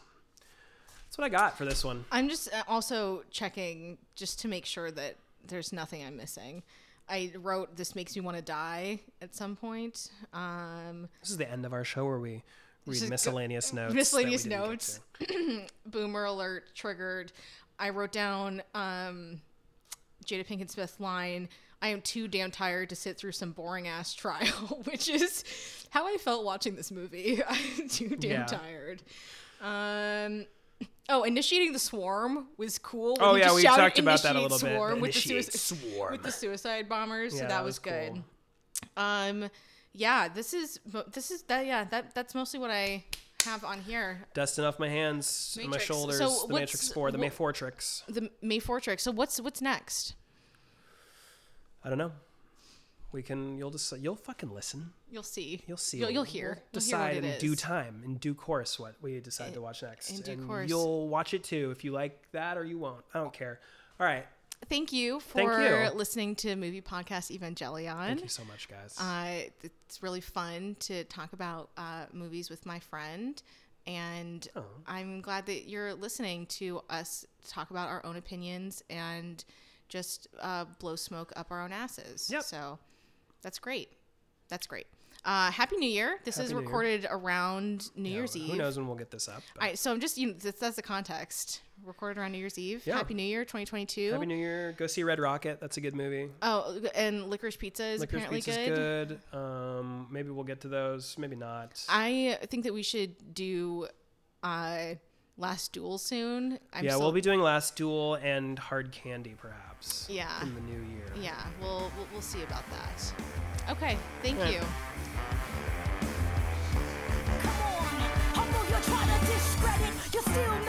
Speaker 1: That's what I got for this one.
Speaker 2: I'm just uh, also checking just to make sure that there's nothing I'm missing. I wrote this makes me want to die at some point. Um,
Speaker 1: This is the end of our show where we read
Speaker 2: is go- uh,
Speaker 1: miscellaneous notes. that we
Speaker 2: miscellaneous
Speaker 1: didn't get
Speaker 2: notes.
Speaker 1: to.
Speaker 2: boomer alert triggered. I wrote down um, Jada Pinkett Smith's line. I am too damn tired to sit through some boring ass trial, which is how I felt watching this movie. I'm too
Speaker 1: Yeah.
Speaker 2: damn tired. Um, oh, initiating the swarm was cool. when
Speaker 1: Oh
Speaker 2: he
Speaker 1: yeah,
Speaker 2: just
Speaker 1: we
Speaker 2: shouted,
Speaker 1: talked about that a
Speaker 2: "Initiate
Speaker 1: little bit.
Speaker 2: swarm
Speaker 1: The
Speaker 2: with the
Speaker 1: initiate
Speaker 2: suicide-
Speaker 1: swarm.
Speaker 2: with the suicide bombers. so
Speaker 1: Yeah,
Speaker 2: that,
Speaker 1: that
Speaker 2: was,
Speaker 1: was
Speaker 2: good. Um, yeah, this is mo- this is that yeah that that's mostly what I have on here.
Speaker 1: dusting off my hands, and my
Speaker 2: Matrix.
Speaker 1: shoulders,
Speaker 2: So
Speaker 1: the Matrix
Speaker 2: what's-
Speaker 1: Four, the
Speaker 2: wha-
Speaker 1: Mayfortrix.
Speaker 2: The May Fortrix. So what's what's next?
Speaker 1: I don't know. We can. You'll just. You'll fucking listen.
Speaker 2: You'll see.
Speaker 1: You'll see.
Speaker 2: You'll,
Speaker 1: We'll-
Speaker 2: you'll
Speaker 1: we'll
Speaker 2: hear. You'll
Speaker 1: decide
Speaker 2: hear what
Speaker 1: in
Speaker 2: it
Speaker 1: due
Speaker 2: is.
Speaker 1: time, in due course, what we decide to watch next.
Speaker 2: in due
Speaker 1: and
Speaker 2: course.
Speaker 1: you'll watch it too if you like that or you won't. I don't care. All right.
Speaker 2: Thank you for
Speaker 1: Thank you.
Speaker 2: listening to Movie Podcast Evangelion.
Speaker 1: Thank you so much, guys.
Speaker 2: Uh, it's really fun to talk about uh, movies with my friend, and I'm glad that you're listening to us talk about our own opinions and just uh, blow smoke up our own asses.
Speaker 1: Yep.
Speaker 2: So that's great. That's great. Uh, Happy New Year! This is
Speaker 1: Happy New Year.
Speaker 2: recorded around New Year's Eve.
Speaker 1: Who knows when we'll get this up? but
Speaker 2: I, so I'm just you know that's, that's the context. Recorded around New Year's Eve.
Speaker 1: Yeah.
Speaker 2: Happy New Year, 2022.
Speaker 1: Happy New Year. Go see Red Rocket. That's a good movie.
Speaker 2: oh, and licorice pizza is
Speaker 1: Licorice
Speaker 2: apparently
Speaker 1: Pizza's
Speaker 2: good.
Speaker 1: good. Um, maybe we'll get to those. Maybe not.
Speaker 2: I think that we should do uh, Last Duel soon. I'm
Speaker 1: yeah,
Speaker 2: still-
Speaker 1: we'll be doing Last Duel and Hard Candy, perhaps.
Speaker 2: Yeah.
Speaker 1: In the new year.
Speaker 2: Yeah, we'll, we'll we'll see about that. Okay, thank
Speaker 1: Right.
Speaker 2: you.
Speaker 3: Come on, humble, you're trying to discredit. You're still